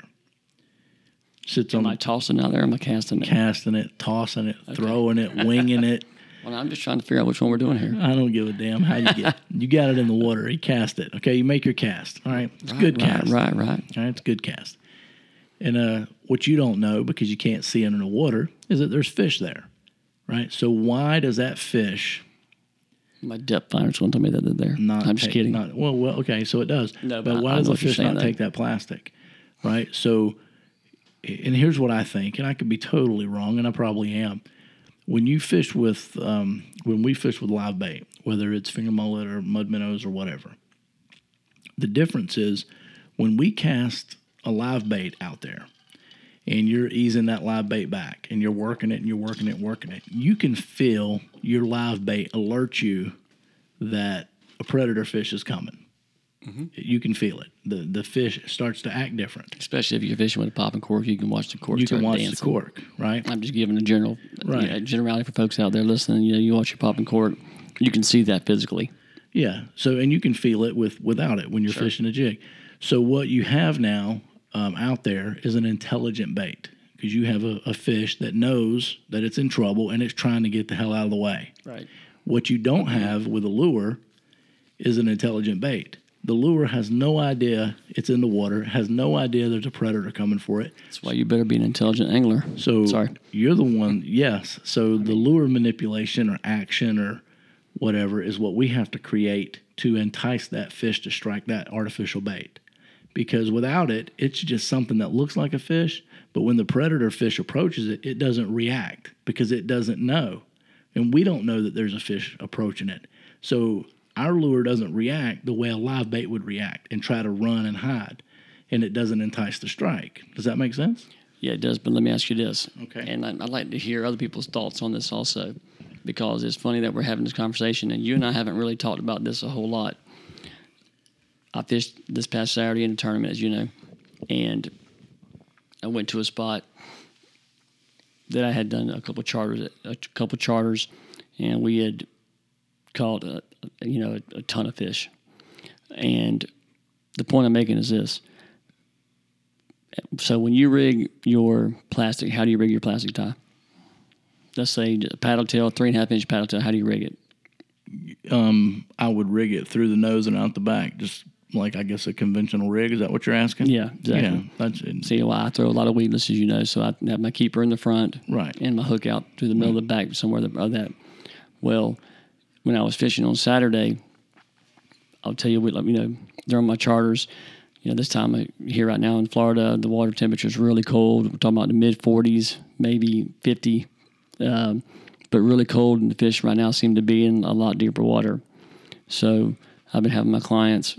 [SPEAKER 1] Sits on
[SPEAKER 2] Am I
[SPEAKER 1] the
[SPEAKER 2] tossing out there? Am I casting it?
[SPEAKER 1] casting it, tossing it, throwing it, winging it.
[SPEAKER 2] Well, I'm just trying to figure out which one we're doing here.
[SPEAKER 1] I don't give a damn how you
[SPEAKER 2] <laughs>
[SPEAKER 1] get. you got it in the water. You cast it. Okay, you make your cast. All right, it's good
[SPEAKER 2] right,
[SPEAKER 1] cast.
[SPEAKER 2] right, right.
[SPEAKER 1] All right, it's good cast. And uh, what you don't know because you can't see it in the water is that there's fish there, right? So why does that fish
[SPEAKER 2] My depth finder's gonna tell me that they're there.
[SPEAKER 1] not?
[SPEAKER 2] I'm just
[SPEAKER 1] take-
[SPEAKER 2] kidding.
[SPEAKER 1] Not, well, well, okay, so it does.
[SPEAKER 2] No, but
[SPEAKER 1] but
[SPEAKER 2] I-
[SPEAKER 1] why
[SPEAKER 2] I
[SPEAKER 1] does
[SPEAKER 2] know
[SPEAKER 1] the
[SPEAKER 2] what you're
[SPEAKER 1] fish
[SPEAKER 2] saying,
[SPEAKER 1] not
[SPEAKER 2] though.
[SPEAKER 1] take that plastic, right? So, and here's what I think, and I could be totally wrong, and I probably am. When you fish with, um, when we fish with live bait, whether it's finger mullet or mud minnows or whatever, The difference is when we cast a live bait out there and you're easing that live bait back and you're working it and you're working it and working it, you can feel your live bait alert you that a predator fish is coming. You can feel it. The the fish starts to act different.
[SPEAKER 2] Especially if you're fishing with a popping cork, you can watch the cork.
[SPEAKER 1] You can
[SPEAKER 2] start
[SPEAKER 1] watch the
[SPEAKER 2] dancing.
[SPEAKER 1] cork, right?
[SPEAKER 2] I'm just giving a general
[SPEAKER 1] Right.
[SPEAKER 2] you know, generality for folks out there listening. You know, you watch your popping cork, you can see that physically.
[SPEAKER 1] Yeah. So and you can feel it with without it when you're fishing a jig. So what you have now um, out there is an intelligent bait because you have a, a fish that knows that it's in trouble and it's trying to get the hell out of the way.
[SPEAKER 2] Right.
[SPEAKER 1] What you don't have with a lure is an intelligent bait. The lure has no idea it's in the water, has no idea there's a predator coming for it.
[SPEAKER 2] That's why you better be an intelligent angler.
[SPEAKER 1] So
[SPEAKER 2] sorry.
[SPEAKER 1] you're the one, yes. So the lure manipulation or action or whatever is what we have to create to entice that fish to strike that artificial bait. Because without it, it's just something that looks like a fish, but when the predator fish approaches it, it doesn't react because it doesn't know. And we don't know that there's a fish approaching it. So our lure doesn't react the way a live bait would react and try to run and hide. And it doesn't entice the strike. Does that make sense?
[SPEAKER 2] Yeah, it does. But let me ask you this.
[SPEAKER 1] Okay.
[SPEAKER 2] And I- I'd like to hear other people's thoughts on this also, because it's funny that we're having this conversation, and you and I haven't really talked about this a whole lot. I fished this past Saturday in a tournament, as you know, and I went to a spot that I had done a couple charters, a couple charters, and we had caught, a, you know, a, a ton of fish. And the point I'm making is this: so when you rig your plastic, how do you rig your plastic tie? Let's say a paddle tail, three and a half inch paddle tail. How do you rig it?
[SPEAKER 1] I would rig it through the nose and out the back, just like I guess a conventional rig. Is that what you're asking?
[SPEAKER 2] Yeah, exactly.
[SPEAKER 1] Yeah, that's it.
[SPEAKER 2] See, well, I throw a lot of weedless, as you know, so I have my keeper in the front,
[SPEAKER 1] Right.
[SPEAKER 2] and my hook out through the middle of the back somewhere that- of that. Well, when I was fishing on Saturday, I'll tell you, we you know during my charters, you know this time of- here right now in Florida, the water temperature is really cold. We're talking about the mid 40s, maybe 50, um, but really cold, and the fish right now seem to be in a lot deeper water. So I've been having my clients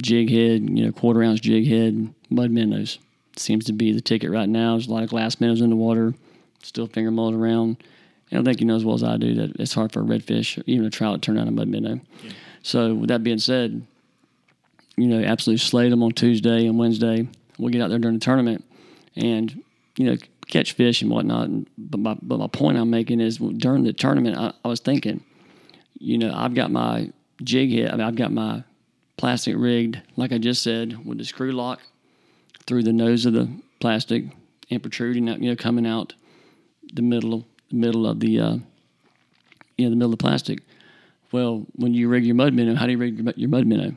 [SPEAKER 2] jig head, you know, quarter ounce jig head, mud minnows. Seems to be the ticket right now. There's a lot of glass minnows in the water, still finger mulled around. And I think you know as well as I do that it's hard for a redfish, or even a trout, to turn out a mud minnow. So with that being said, you know, absolutely slay them on Tuesday and Wednesday. We'll get out there during the tournament and, you know, catch fish and whatnot. And, but, my, but my point I'm making is during the tournament, I, I was thinking, you know, I've got my jig head, I mean, I've got my plastic rigged, like I just said, with the screw lock through the nose of the plastic and protruding out, you know, coming out the middle, the middle of the, uh, you know, the middle of the plastic. Well, when you rig your mud minnow, how do you rig your, mu- your mud minnow?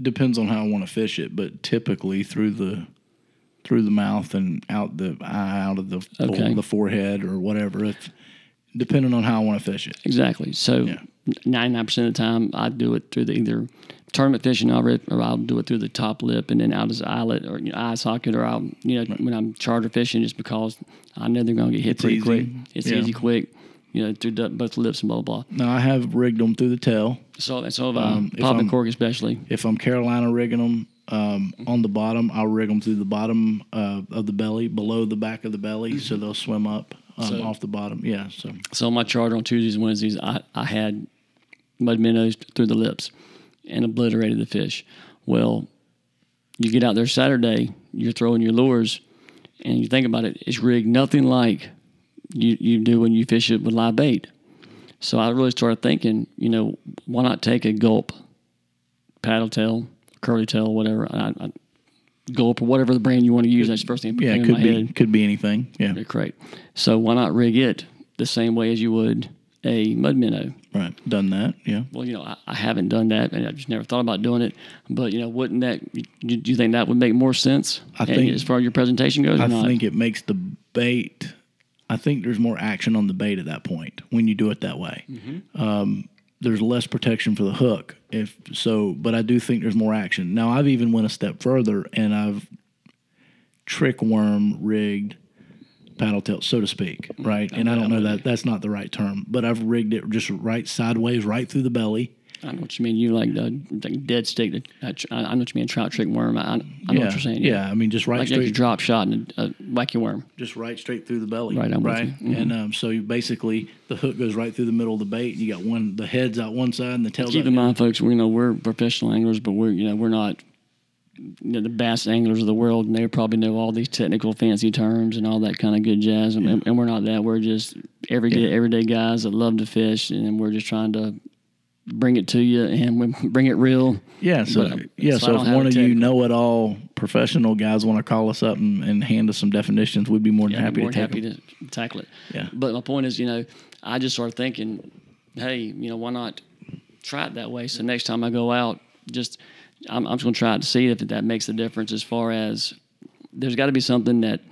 [SPEAKER 1] Depends on how I want to fish it, but typically through the through the mouth and out the eye, out of the
[SPEAKER 2] Okay.
[SPEAKER 1] the forehead or whatever. If depending on how I want to fish it.
[SPEAKER 2] Exactly. So ninety nine percent of the time, I do it through the either tournament fishing I'll rip, or I'll do it through the top lip and then out as the eyelet or you know, eye socket, or I'll you know when I'm charter fishing, just because I know they're going to get hit pretty
[SPEAKER 1] easy.
[SPEAKER 2] quick. It's
[SPEAKER 1] Yeah.
[SPEAKER 2] easy, quick. You know, through the, both lips and blah blah. blah.
[SPEAKER 1] Now I have rigged them through the tail.
[SPEAKER 2] So and so have I.
[SPEAKER 1] Um, if
[SPEAKER 2] Pop
[SPEAKER 1] I'm-
[SPEAKER 2] and cork especially.
[SPEAKER 1] If I'm Carolina rigging them um, on the bottom, I'll rig them through the bottom uh, of the belly, below the back of the belly, so they'll swim up um,
[SPEAKER 2] So-
[SPEAKER 1] off the bottom. Yeah, so
[SPEAKER 2] So on my charter on Tuesdays and Wednesdays, I, I had mud minnows through the lips and obliterated the fish. Well, you get out there Saturday, you're throwing your lures, and you think about it, it's rigged nothing like you, you do when you fish it with live bait. So I really started thinking, you know, why not take a gulp, paddle tail, curly tail, whatever, I, I, gulp or whatever the brand you want to use. That's the first thing that
[SPEAKER 1] yeah,
[SPEAKER 2] came
[SPEAKER 1] it
[SPEAKER 2] in my
[SPEAKER 1] could be
[SPEAKER 2] head.
[SPEAKER 1] could be anything. Yeah,
[SPEAKER 2] They're great. So why not rig it the same way as you would a mud minnow?
[SPEAKER 1] right. Done that. Yeah.
[SPEAKER 2] Well, you know, I, I haven't done that, and I just never thought about doing it. But you know, wouldn't that? you- Do you, think that would make more sense?
[SPEAKER 1] I
[SPEAKER 2] And
[SPEAKER 1] think-
[SPEAKER 2] as far as your presentation goes, or
[SPEAKER 1] I
[SPEAKER 2] not?
[SPEAKER 1] think it makes the bait. I think there's more action on the bait at that point when you do it that way. Um,
[SPEAKER 2] Mm-hmm.
[SPEAKER 1] there's less protection for the hook, if so. But I do think there's more action. Now I've even went a step further and I've trick worm rigged paddle tail, so to speak,
[SPEAKER 2] Mm-hmm.
[SPEAKER 1] right? And I don't know that that's not the right term, but I've rigged it just right sideways, right through the belly.
[SPEAKER 2] I know what you mean. You like the like dead stick. That I, tr- I I know what you mean. Trout trick worm. I, I, I know what you're saying.
[SPEAKER 1] yeah. I mean, just right
[SPEAKER 2] like
[SPEAKER 1] straight
[SPEAKER 2] a drop shot and a, a wacky worm.
[SPEAKER 1] just right straight through the belly.
[SPEAKER 2] Right, I'm with you.
[SPEAKER 1] And um, so you basically the hook goes right through the middle of the bait, and you got one the head's out one side and the tail's
[SPEAKER 2] Keep
[SPEAKER 1] out.
[SPEAKER 2] in
[SPEAKER 1] the other.
[SPEAKER 2] mind, folks. We know we're professional anglers, but we're you know we're not you know, the bass anglers of the world, and they probably know all these technical fancy terms and all that kind of good jazz. And, and we're not that. We're just everyday everyday guys that love to fish, and we're just trying to bring it to you and <laughs> we bring it real.
[SPEAKER 1] Yeah, so
[SPEAKER 2] But, um,
[SPEAKER 1] yeah,
[SPEAKER 2] so I
[SPEAKER 1] so
[SPEAKER 2] don't
[SPEAKER 1] if
[SPEAKER 2] have
[SPEAKER 1] one
[SPEAKER 2] a
[SPEAKER 1] of you
[SPEAKER 2] technical-
[SPEAKER 1] know it all professional guys want to call us up and, and hand us some definitions, we'd be more than happy
[SPEAKER 2] more
[SPEAKER 1] to
[SPEAKER 2] than
[SPEAKER 1] take
[SPEAKER 2] happy
[SPEAKER 1] them.
[SPEAKER 2] to tackle it.
[SPEAKER 1] Yeah.
[SPEAKER 2] But my point is, you know, I just started thinking, hey, you know, why not try it that way? So next time I go out, just I'm, I'm just gonna try it to see if that makes a difference. As far as there's got to be something that,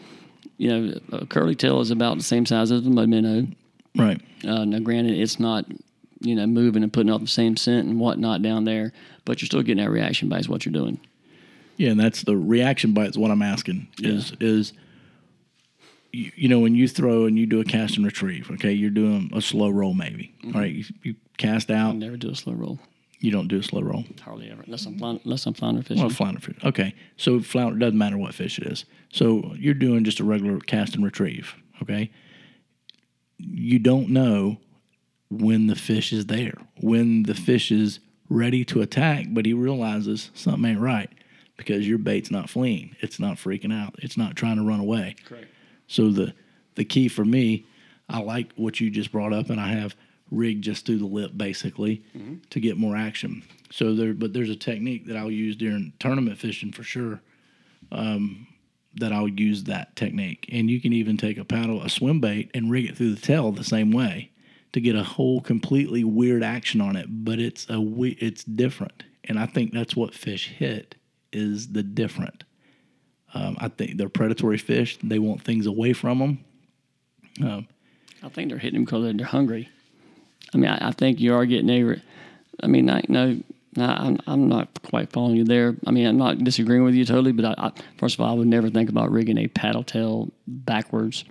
[SPEAKER 2] you know, a curly tail is about the same size as a mud minnow.
[SPEAKER 1] Right.
[SPEAKER 2] Uh, now, granted, it's not you know moving and putting out the same scent and whatnot down there, but you're still getting that reaction based what you're doing.
[SPEAKER 1] Yeah, and that's the reaction bite is what I'm asking. Is is you, you know when you throw and you do a cast and retrieve, okay, you're doing a slow roll maybe. All right, you, you cast out,
[SPEAKER 2] Never do a slow roll,
[SPEAKER 1] you don't do a slow roll.
[SPEAKER 2] hardly ever, unless I'm flying, unless I'm flounder fishing.
[SPEAKER 1] Well, flounder fish. Okay, so flounder doesn't matter what fish it is. So you're doing just a regular cast and retrieve. Okay, you don't know when the fish is there, when the fish is ready to attack, but he realizes something ain't right because your bait's not fleeing, it's not freaking out, it's not trying to run away.
[SPEAKER 2] Correct.
[SPEAKER 1] So the the key for me, I like what you just brought up, and I have rigged just through the lip basically to get more action. So there, but there's a technique that I'll use during tournament fishing for sure. Um, that I'll use that technique, and you can even take a paddle, a swim bait, and rig it through the tail the same way to get a whole completely weird action on it. But it's a we, it's different, and I think that's what fish hit is the different. Um, I think they're predatory fish. They want things away from them.
[SPEAKER 2] I think they're hitting them because they're, they're hungry. I mean, I, I think you are getting over. I mean, I no, no, I'm I'm not quite following you there. I mean, I'm not disagreeing with you totally, but I, I first of all, I would never think about rigging a paddle tail backwards.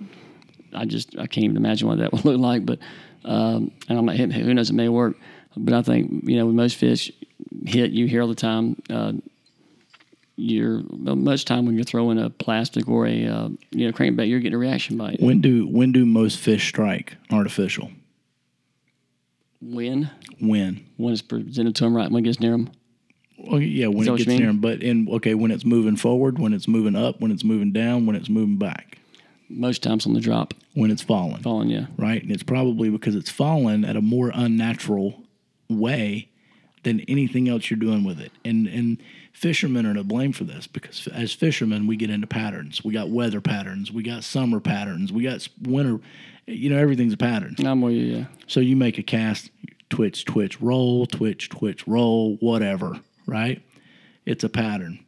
[SPEAKER 2] I just I can't even imagine what that <laughs> would look like. But um, and I'm not hit. Who knows? It may work. But I think you know with most fish hit you hear all the time. Uh, you're well, most time when you're throwing a plastic or a uh, you know crankbait, you're getting a reaction bite.
[SPEAKER 1] When do when do most fish strike artificial?
[SPEAKER 2] When
[SPEAKER 1] When?
[SPEAKER 2] when it's presented to them right when it gets near them.
[SPEAKER 1] Well, yeah, when
[SPEAKER 2] that
[SPEAKER 1] it
[SPEAKER 2] what you
[SPEAKER 1] gets near
[SPEAKER 2] mean?
[SPEAKER 1] 'em. But in okay, when it's moving forward, when it's moving up, when it's moving down, when it's moving back,
[SPEAKER 2] Most times on the drop,
[SPEAKER 1] when it's falling,
[SPEAKER 2] falling, yeah.
[SPEAKER 1] right? And it's probably because it's fallen at a more unnatural way than anything else you're doing with it. And and fishermen are to blame for this because as fishermen we get into patterns. We got weather patterns. We got summer patterns. We got s- winter. You know everything's a pattern.
[SPEAKER 2] I'm with you, yeah.
[SPEAKER 1] So you make a cast, twitch, twitch, roll, twitch, twitch, roll, whatever, right? It's a pattern.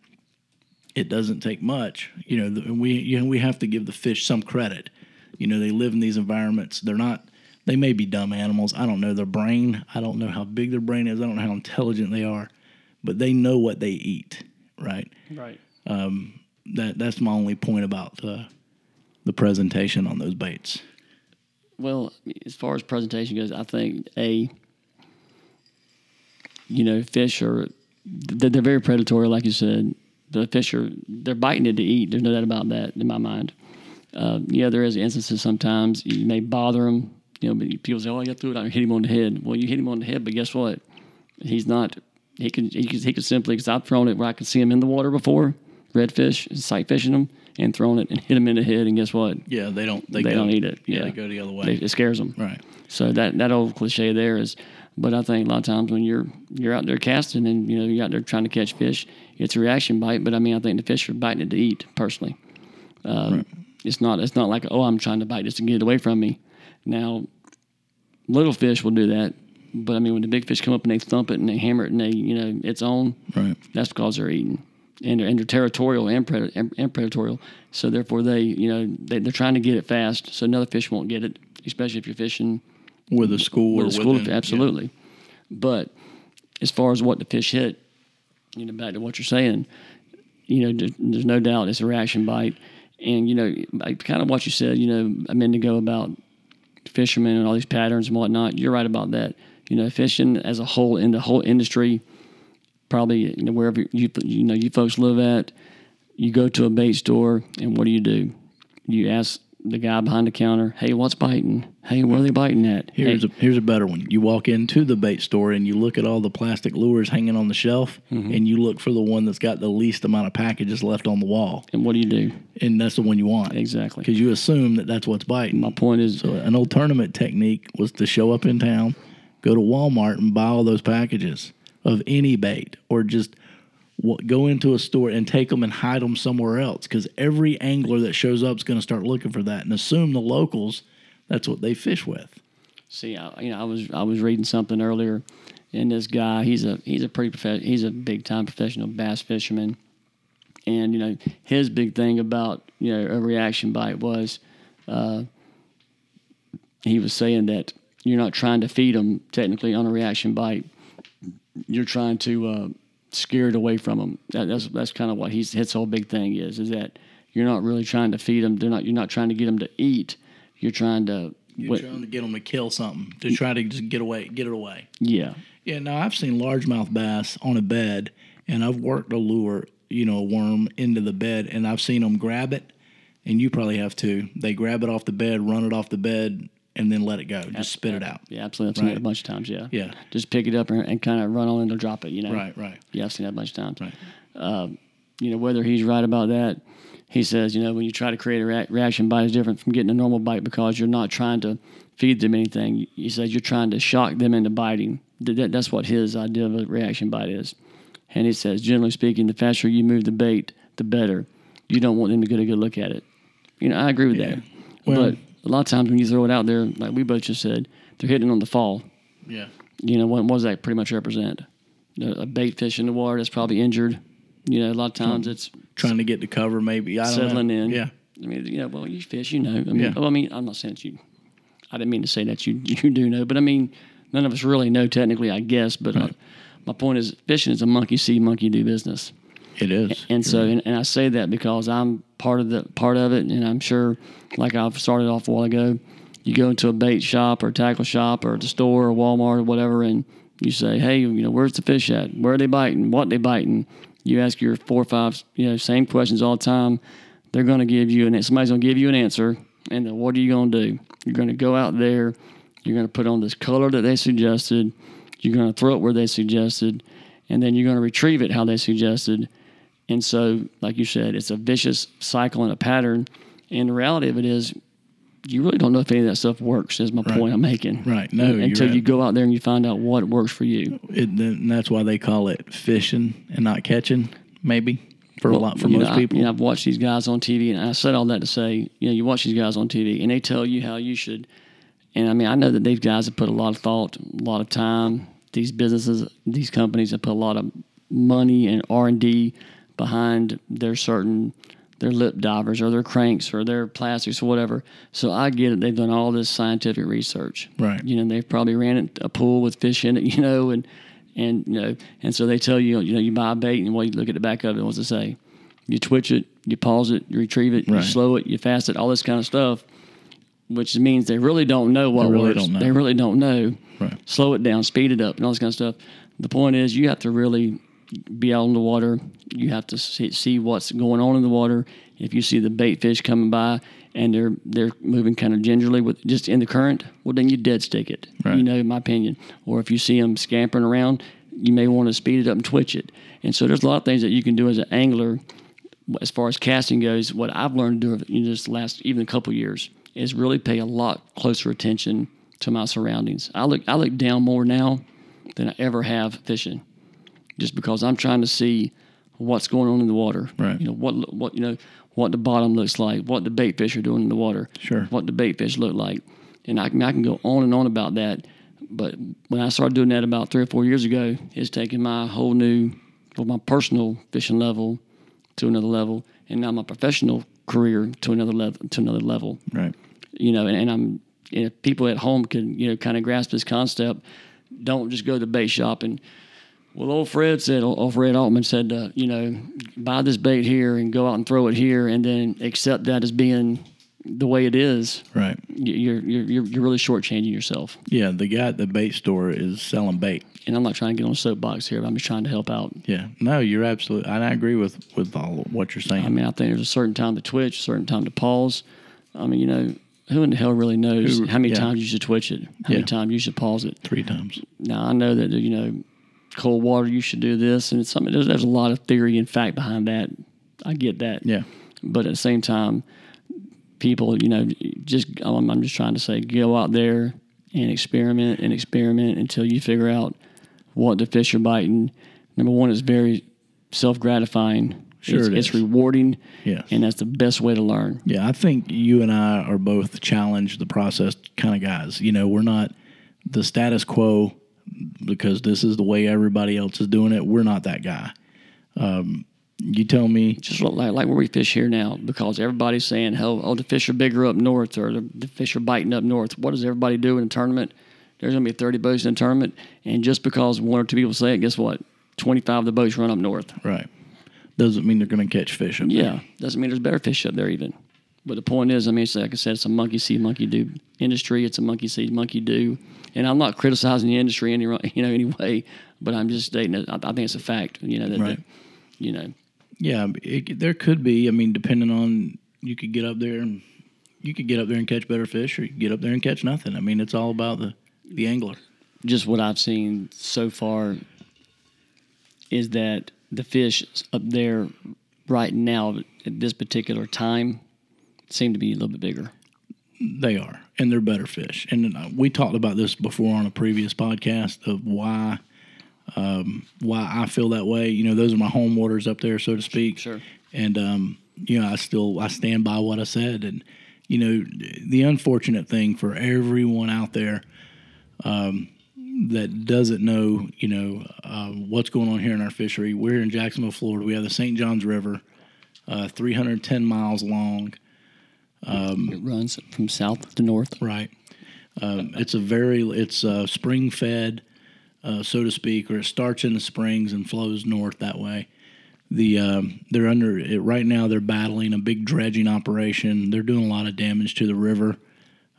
[SPEAKER 1] It doesn't take much, you know. The, we you know, we have to give the fish some credit. You know, they live in these environments. They're not. They may be dumb animals. I don't know their brain. I don't know how big their brain is. I don't know how intelligent they are, but they know what they eat, right?
[SPEAKER 2] Right.
[SPEAKER 1] That that's my only point about the the presentation on those baits.
[SPEAKER 2] Well, as far as presentation goes, I think a you know fish are they're, they're very predatory, like you said. The fish are they're biting it to eat. There's no doubt about that in my mind. Uh, yeah, there is instances sometimes you may bother them. You know, but people say, "Oh, I got through it. I hit him on the head." Well, you hit him on the head, but guess what? He's not. He can he could, he could simply because I've thrown it where I could see him in the water before, redfish, sight fishing him, and thrown it and hit him in the head, and guess what?
[SPEAKER 1] Yeah, they don't. They,
[SPEAKER 2] They
[SPEAKER 1] go,
[SPEAKER 2] don't eat it.
[SPEAKER 1] Yeah,
[SPEAKER 2] Yeah.
[SPEAKER 1] they go the other way.
[SPEAKER 2] They, it scares them.
[SPEAKER 1] right.
[SPEAKER 2] So that that old cliche there is, but I think a lot of times when you're you're out there casting and you know you're out there trying to catch fish, it's a reaction bite. But I mean, I think the fish are biting it to eat. Personally, um, it's not it's not like oh I'm trying to bite this and get it away from me. Now, little fish will do that, but I mean when the big fish come up and they thump it and they hammer it and they you know it's on.
[SPEAKER 1] Right.
[SPEAKER 2] That's because they're eating. And they're, and they're territorial and, pred- and, and predatorial. So therefore, they you know they, they're trying to get it fast, so another fish won't get it. Especially if you're fishing
[SPEAKER 1] with a school or
[SPEAKER 2] with the school,
[SPEAKER 1] within-
[SPEAKER 2] absolutely. But as far as what the fish hit, you know, back to what you're saying, you know, there- there's no doubt it's a reaction bite, and you know, like kind of what you said, you know, a minute ago about fishermen and all these patterns and whatnot. You're right about that. You know, fishing as a whole in the whole industry, probably you know, wherever you you know you folks live at, you go to a bait store and what do you do? You ask the guy behind the counter, "Hey, what's biting? Hey, where are they biting at?" Hey,
[SPEAKER 1] Here's a here's a better one. You walk into the bait store and you look at all the plastic lures hanging on the shelf,
[SPEAKER 2] Mm-hmm.
[SPEAKER 1] and you look for the one that's got the least amount of packages left on the wall,
[SPEAKER 2] And what do you do?
[SPEAKER 1] and that's the one you want
[SPEAKER 2] Exactly.
[SPEAKER 1] because you assume that that's what's biting.
[SPEAKER 2] My point is,
[SPEAKER 1] So an old tournament technique was to show up in town, go to Walmart and buy all those packages of any bait, or just wa- go into a store and take them and hide them somewhere else. Because every angler that shows up is going to start looking for that and assume the locals that's what they fish with.
[SPEAKER 2] see, I, you know, I was I was reading something earlier, and this guy, he's a he's a pretty prof- he's a big time professional bass fisherman, and you know his big thing about you know a reaction bite was, uh, he was saying that you're not trying to feed them technically on a reaction bite. You're trying to uh, scare it away from them. That, that's that's kind of what he's his whole big thing is is that you're not really trying to feed them. They're not you're not trying to get them to eat. You're trying to
[SPEAKER 1] You're
[SPEAKER 2] what-
[SPEAKER 1] trying to get them to kill something to try to just get away, get it away.
[SPEAKER 2] yeah
[SPEAKER 1] Yeah, no, I've seen largemouth bass on a bed, and I've worked a lure, you know, a worm into the bed, and I've seen them grab it, and you probably have too. They grab it off the bed, run it off the bed, and then let it go, just spit it out.
[SPEAKER 2] yeah absolutely. I've seen that a
[SPEAKER 1] Right.
[SPEAKER 2] bunch of times. Yeah
[SPEAKER 1] Yeah.
[SPEAKER 2] Just pick it up and, and kind of run on and drop it. You know
[SPEAKER 1] Right, right.
[SPEAKER 2] Yeah, I've seen that a bunch of times. Right. you know, whether he's right about that, he says, you know, when you try to create a rea- reaction bite, it's different from getting a normal bite because you're not trying to feed them anything. He says you're trying to shock them into biting. Th- that- that's what his idea of a reaction bite is. And he says, generally speaking, the faster you move the bait, the better. You don't want them to get a good look at it. You know, I agree with that.
[SPEAKER 1] Well-
[SPEAKER 2] but a lot of times when you throw it out there, like we both just said, they're hitting on the fall
[SPEAKER 1] Yeah.
[SPEAKER 2] you know, what, what does that pretty much represent? A a bait fish in the water that's probably injured. You know, a lot of times it's
[SPEAKER 1] Trying to get to cover, maybe. I don't
[SPEAKER 2] settling
[SPEAKER 1] know.
[SPEAKER 2] in.
[SPEAKER 1] Yeah.
[SPEAKER 2] I mean, you know, well, you fish, you know. I mean,
[SPEAKER 1] Yeah.
[SPEAKER 2] well, I mean, I'm not saying that you, I didn't mean to say that you, <laughs> you do know, but I mean, none of us really know technically, I guess. But uh, my point is, fishing is a monkey see, monkey do business.
[SPEAKER 1] It is.
[SPEAKER 2] And so, and, and I say that because I'm part of the part of it, and I'm sure, like I've started off a while ago, you go into a bait shop or tackle shop or the store or Walmart or whatever, and you say, hey, you know, where's the fish at? Where are they biting? What they biting? You ask your four or five, you know, same questions all the time. They're going to give you an somebody's going to give you an answer, and then what are you going to do? You're going to go out there. You're going to put on this color that they suggested. You're going to throw it where they suggested, and then you're going to retrieve it how they suggested. And so, like you said, it's a vicious cycle and a pattern. And the reality of it is, you really don't know if any of that stuff works. Is my point I'm making?
[SPEAKER 1] Right. No, you're
[SPEAKER 2] until you
[SPEAKER 1] right.
[SPEAKER 2] go out there and you find out what works for you.
[SPEAKER 1] It, then that's why they call it fishing and not catching, maybe, for a lot, Uh, for
[SPEAKER 2] you
[SPEAKER 1] most
[SPEAKER 2] know, I,
[SPEAKER 1] people.
[SPEAKER 2] you know, I've watched these guys on TV, and I said all that to say, you know, you watch these guys on TV, and they tell you how you should. And I mean, I know that these guys have put a lot of thought, a lot of time. These businesses, these companies have put a lot of money and R and D behind their certain their lip divers or their cranks or their plastics or whatever. So I get it. They've done all this scientific research,
[SPEAKER 1] Right.
[SPEAKER 2] You know, they've probably ran a pool with fish in it, <laughs> you know, and and you know, and so they tell you, you know, you buy a bait and well, you look at the back of it, what's it say? You twitch it, you pause it, you retrieve it,
[SPEAKER 1] Right.
[SPEAKER 2] you slow it, you fast it, all this kind of stuff, which means they really don't know what
[SPEAKER 1] They really
[SPEAKER 2] works.
[SPEAKER 1] don't know.
[SPEAKER 2] They really don't know.
[SPEAKER 1] Right.
[SPEAKER 2] Slow it down, speed it up, and all this kind of stuff. The point is, you have to really be out on the water. You have to see, see what's going on in the water. If you see the bait fish coming by and they're they're moving kind of gingerly with just in the current, well then you dead stick it. You
[SPEAKER 1] Right.
[SPEAKER 2] know, in my opinion. Or if you see them scampering around, you may want to speed it up and twitch it. And so there's a lot of things that you can do as an angler as far as casting goes, what I've learned to do in this last even a couple years is really pay a lot closer attention to my surroundings. I look I look down more now than I ever have fishing, just because I'm trying to see what's going on in the water.
[SPEAKER 1] Right.
[SPEAKER 2] You know what what you know what the bottom looks like, what the bait fish are doing in the water.
[SPEAKER 1] Sure.
[SPEAKER 2] What the bait fish look like, and I can I can go on and on about that. But when I started doing that about three or four years ago, it's taken my whole new, well, my personal fishing level to another level, and now my professional career to another level. To another level,
[SPEAKER 1] Right.
[SPEAKER 2] you know. And, and I'm, and if people at home can, you know, kind of grasp this concept, don't just go to the bait shop and, well, old Fred said, old Fred Altman said, uh, you know, buy this bait here and go out and throw it here, and then accept that as being the way it is.
[SPEAKER 1] Right.
[SPEAKER 2] You- You're you're you're, you're really shortchanging yourself.
[SPEAKER 1] Yeah. The guy at the bait store is selling bait.
[SPEAKER 2] And I'm not trying to get on a soapbox here, but I'm just trying to help out.
[SPEAKER 1] Yeah. No, you're absolutely. And I agree with with all of what you're saying.
[SPEAKER 2] I mean, I think there's a certain time to twitch, a certain time to pause. I mean, you know, who in the hell really knows
[SPEAKER 1] Who-
[SPEAKER 2] how many
[SPEAKER 1] yeah.
[SPEAKER 2] times you should twitch it, how
[SPEAKER 1] Yeah.
[SPEAKER 2] many times you should pause it.
[SPEAKER 1] Three times.
[SPEAKER 2] Now, I know that, you know, cold water, you should do this. And it's something, there's, there's a lot of theory and fact behind that. I get that.
[SPEAKER 1] Yeah.
[SPEAKER 2] But at the same time, people, you know, just, I'm, I'm just trying to say, go out there and experiment and experiment until you figure out what the fish are biting. Number one, it's very self gratifying.
[SPEAKER 1] Sure
[SPEAKER 2] it's,
[SPEAKER 1] it
[SPEAKER 2] it's
[SPEAKER 1] is.
[SPEAKER 2] rewarding.
[SPEAKER 1] Yes.
[SPEAKER 2] And that's the best way to learn.
[SPEAKER 1] Yeah, I think you and I are both challenge the process kind of guys. You know, we're not the status quo because this is the way everybody else is doing it. We're not that guy. Um, You tell me.
[SPEAKER 2] just like, like where we fish here now, because everybody's saying, "Oh, oh, the fish are bigger up north, or the, the fish are biting up north." What does everybody do in a tournament? There's going to be 30 boats in a tournament, and just because one or two people say it, guess what? 25 of the boats run up north.
[SPEAKER 1] Right. Doesn't mean they're going to catch fish up there.
[SPEAKER 2] Yeah, doesn't mean there's better fish up there even. But the point is, I mean, it's like I said, it's a monkey see, monkey do industry. It's a monkey see, monkey do. And I'm not criticizing the industry any you know any way, but I'm just stating it. I, I think it's a fact. You know that, that-
[SPEAKER 1] Right.
[SPEAKER 2] you know.
[SPEAKER 1] Yeah, it, there could be. I mean, depending on you could get up there and you could get up there and catch better fish, or you could get up there and catch nothing. I mean, it's all about the the angler.
[SPEAKER 2] just what I've seen so far is that the fish up there right now at this particular time seem to be a little bit bigger.
[SPEAKER 1] They are, and they're better fish. And uh, we talked about this before on a previous podcast of why um, why I feel that way. You know, those are my home waters up there, so to speak.
[SPEAKER 2] Sure.
[SPEAKER 1] And um, you know, I still I stand by what I said. And you know, the unfortunate thing for everyone out there um, that doesn't know, you know, uh, what's going on here in our fishery. We're in Jacksonville, Florida. We have the St. Johns River, uh, 310 miles long.
[SPEAKER 2] It runs from south to north.
[SPEAKER 1] Right. Um, it's a very it's uh, spring fed, uh, so to speak, or it starts in the springs and flows north that way. The um, they're under it right now. They're battling a big dredging operation. They're doing a lot of damage to the river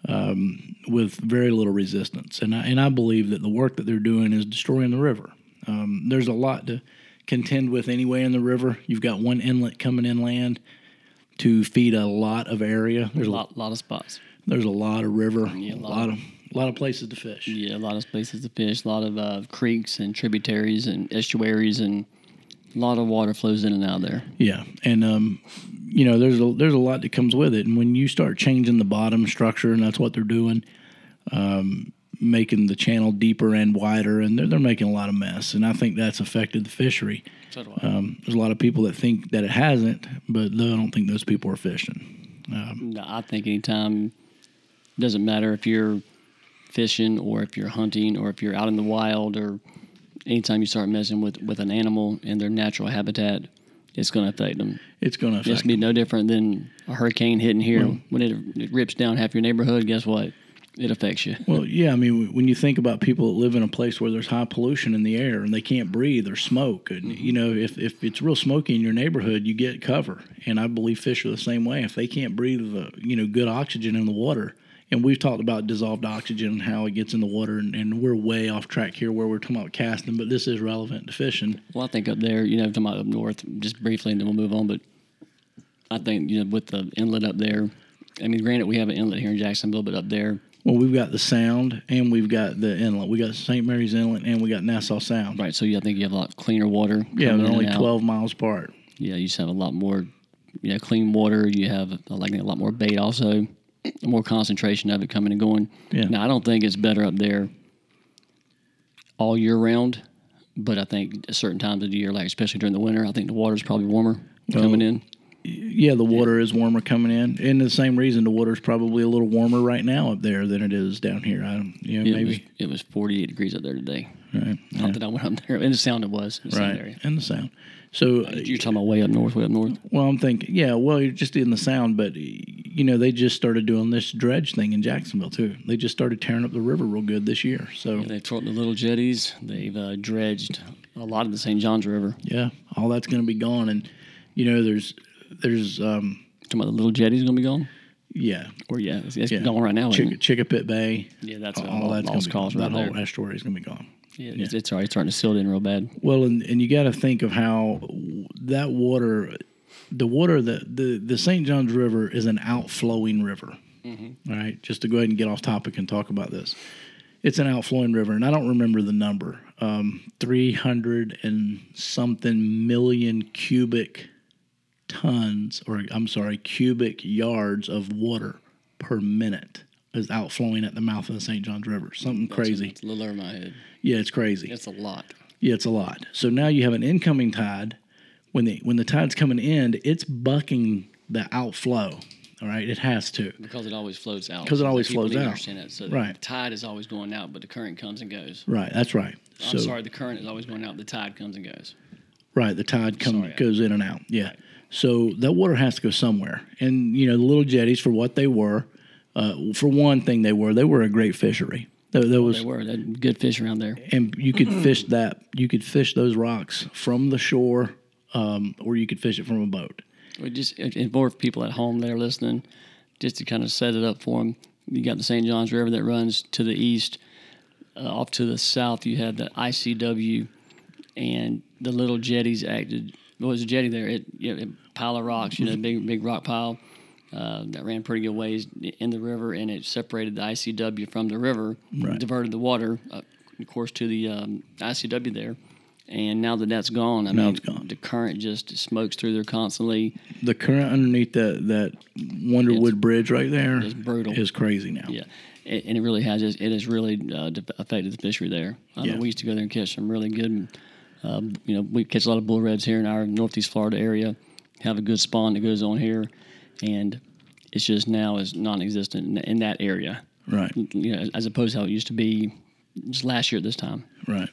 [SPEAKER 1] um, with very little resistance, and I, and I believe that the work that they're doing is destroying the river. Um, there's a lot to contend with anyway in the river. You've got one inlet coming inland to feed a lot of area. There's
[SPEAKER 2] A
[SPEAKER 1] a
[SPEAKER 2] lot, lot of spots.
[SPEAKER 1] there's a lot of river, a
[SPEAKER 2] lot
[SPEAKER 1] lot of a lot of places to fish.
[SPEAKER 2] Yeah, a lot of places to fish. A lot of uh, creeks and tributaries and estuaries and a lot of water flows in and out of there.
[SPEAKER 1] Yeah, and um, you know, there's a there's a lot that comes with it, and when you start changing the bottom structure, and that's what they're doing, um, making the channel deeper and wider, and they're they're making a lot of mess, and I think that's affected the fishery.
[SPEAKER 2] So do
[SPEAKER 1] Um, there's a lot of people that think that it hasn't, but though I don't think those people are fishing.
[SPEAKER 2] No, I think anytime doesn't matter if you're fishing or if you're hunting or if you're out in the wild or anytime you start messing with, with an animal in their natural habitat, it's going to affect them.
[SPEAKER 1] It's going to
[SPEAKER 2] It's
[SPEAKER 1] affect.
[SPEAKER 2] going to be no different than a hurricane hitting here.
[SPEAKER 1] Mm-hmm.
[SPEAKER 2] when it, it rips down half your neighborhood, guess what? It affects you.
[SPEAKER 1] Well, yeah, I mean, when you think about people that live in a place where there's high pollution in the air and they can't breathe or smoke, and
[SPEAKER 2] Mm-hmm.
[SPEAKER 1] you know, if, if it's real smoky in your neighborhood, you get cover. And I believe fish are the same way. If they can't breathe, the, you know, good oxygen in the water, and we've talked about dissolved oxygen and how it gets in the water, and, and we're way off track here where we're talking about casting, but this is relevant to fishing.
[SPEAKER 2] Well, I think up there, you know, talking about up north, just briefly, and then we'll move on. But I think, you know, with the inlet up there, I mean, granted, we have an inlet here in Jacksonville, but up there,
[SPEAKER 1] Well, we've got the sound and we've got the inlet. We got St. Mary's Inlet and we got Nassau Sound.
[SPEAKER 2] right? So you, I think you have a lot cleaner water.
[SPEAKER 1] Yeah,
[SPEAKER 2] coming
[SPEAKER 1] they're
[SPEAKER 2] in
[SPEAKER 1] only
[SPEAKER 2] and out.
[SPEAKER 1] 12 miles apart.
[SPEAKER 2] yeah, you just have a lot more, you know, clean water. You have like a lot more bait, also more concentration of it coming and going.
[SPEAKER 1] Yeah.
[SPEAKER 2] Now, I don't think it's better up there all year round, but I think at certain times of the year, like especially during the winter, I think the water's probably warmer coming in.
[SPEAKER 1] Yeah, the water is warmer coming in, and the same reason the water's probably a little warmer right now up there than it is down here. I don't, you know,
[SPEAKER 2] It was,
[SPEAKER 1] maybe
[SPEAKER 2] it was 48 degrees up there today.
[SPEAKER 1] right,
[SPEAKER 2] Not that I went up there, and the sound it was in the sound area.
[SPEAKER 1] right, and the sound. So, uh,
[SPEAKER 2] You're talking about way up north, way up north.
[SPEAKER 1] well, I'm thinking, yeah, well, you're just in the sound, but you know, they just started doing this dredge thing in Jacksonville too. They just started tearing up the river real good this year. So,
[SPEAKER 2] They've torn up the little jetties. They've uh, dredged a lot of the St. John's River.
[SPEAKER 1] yeah, all that's going to be gone, and you know, there's, there's, um,
[SPEAKER 2] Talking about the little jetties going to be gone.
[SPEAKER 1] yeah,
[SPEAKER 2] Or yeah, it's, it's
[SPEAKER 1] Yeah.
[SPEAKER 2] gone right now. isn't
[SPEAKER 1] Chick- Chickapit Bay.
[SPEAKER 2] Yeah, that's a
[SPEAKER 1] all
[SPEAKER 2] lo-
[SPEAKER 1] that's
[SPEAKER 2] Oh, lost
[SPEAKER 1] going
[SPEAKER 2] cause
[SPEAKER 1] to be that
[SPEAKER 2] right
[SPEAKER 1] whole
[SPEAKER 2] there.
[SPEAKER 1] estuary is going to be gone.
[SPEAKER 2] it? Yeah, It's, it's already starting to seal in real bad.
[SPEAKER 1] Well, and, and you got to think of how w- that water, the water that the, the St. John's River is an outflowing river. All right, just to go ahead and get off topic and talk about this, it's an outflowing river, and I don't remember the number, um, three hundred and something million cubic tons, or I'm sorry, cubic yards of water per minute is outflowing at the mouth of the St. John's River. Something crazy.
[SPEAKER 2] It's a little over my head.
[SPEAKER 1] Yeah, it's crazy.
[SPEAKER 2] It's a lot.
[SPEAKER 1] Yeah, it's a lot. So now you have an incoming tide. When the when the tide's coming in, it's bucking the outflow. All right, it has to.
[SPEAKER 2] Because it always flows out.
[SPEAKER 1] 'Cause it
[SPEAKER 2] So
[SPEAKER 1] always
[SPEAKER 2] people
[SPEAKER 1] flows
[SPEAKER 2] need to
[SPEAKER 1] out.
[SPEAKER 2] Understand that. So
[SPEAKER 1] Right.
[SPEAKER 2] the tide is always going out, but the current comes and goes.
[SPEAKER 1] Right, that's right.
[SPEAKER 2] I'm
[SPEAKER 1] so
[SPEAKER 2] sorry, the current is always going out, the tide comes and goes.
[SPEAKER 1] Right, the tide comes
[SPEAKER 3] Sorry.
[SPEAKER 1] goes in and out. Yeah. So that water has to go somewhere. And you know, the little jetties for what they were, uh, for one thing they were, they were a great fishery. There, there was
[SPEAKER 2] Oh, They were they had good fish around there.
[SPEAKER 1] and you
[SPEAKER 2] <clears throat>
[SPEAKER 1] could fish that you could fish those rocks from the shore um, or you could fish it from a boat.
[SPEAKER 2] We just and for people at home that are listening, just to kind of set it up for them, you got the St. Johns River that runs to the east. Uh, off to the south, you have the ICW, and the little jetties acted. What was a jetty there? It, you know, it pile of rocks, you know,
[SPEAKER 1] Mm-hmm.
[SPEAKER 2] big big rock pile uh, that ran pretty good ways in the river, and it separated the ICW from the river, diverted the water, uh, of course, to the um, ICW there. And now that that's gone, I mean,
[SPEAKER 1] it's gone.
[SPEAKER 2] the current just smokes through there constantly.
[SPEAKER 1] The current underneath that that Wonderwood Bridge right there is
[SPEAKER 2] brutal.
[SPEAKER 1] crazy now.
[SPEAKER 2] Yeah, it, and it really has. It has really uh, de- affected the fishery there. I
[SPEAKER 1] Yeah.
[SPEAKER 2] know we used to go there and catch some really good. Uh, you know, we catch a lot of bull reds here in our northeast Florida area. Have a good spawn that goes on here, and it's just now is non-existent in, in that area.
[SPEAKER 1] Right.
[SPEAKER 2] You know, as opposed to how it used to be, just last year at this time.
[SPEAKER 1] Right.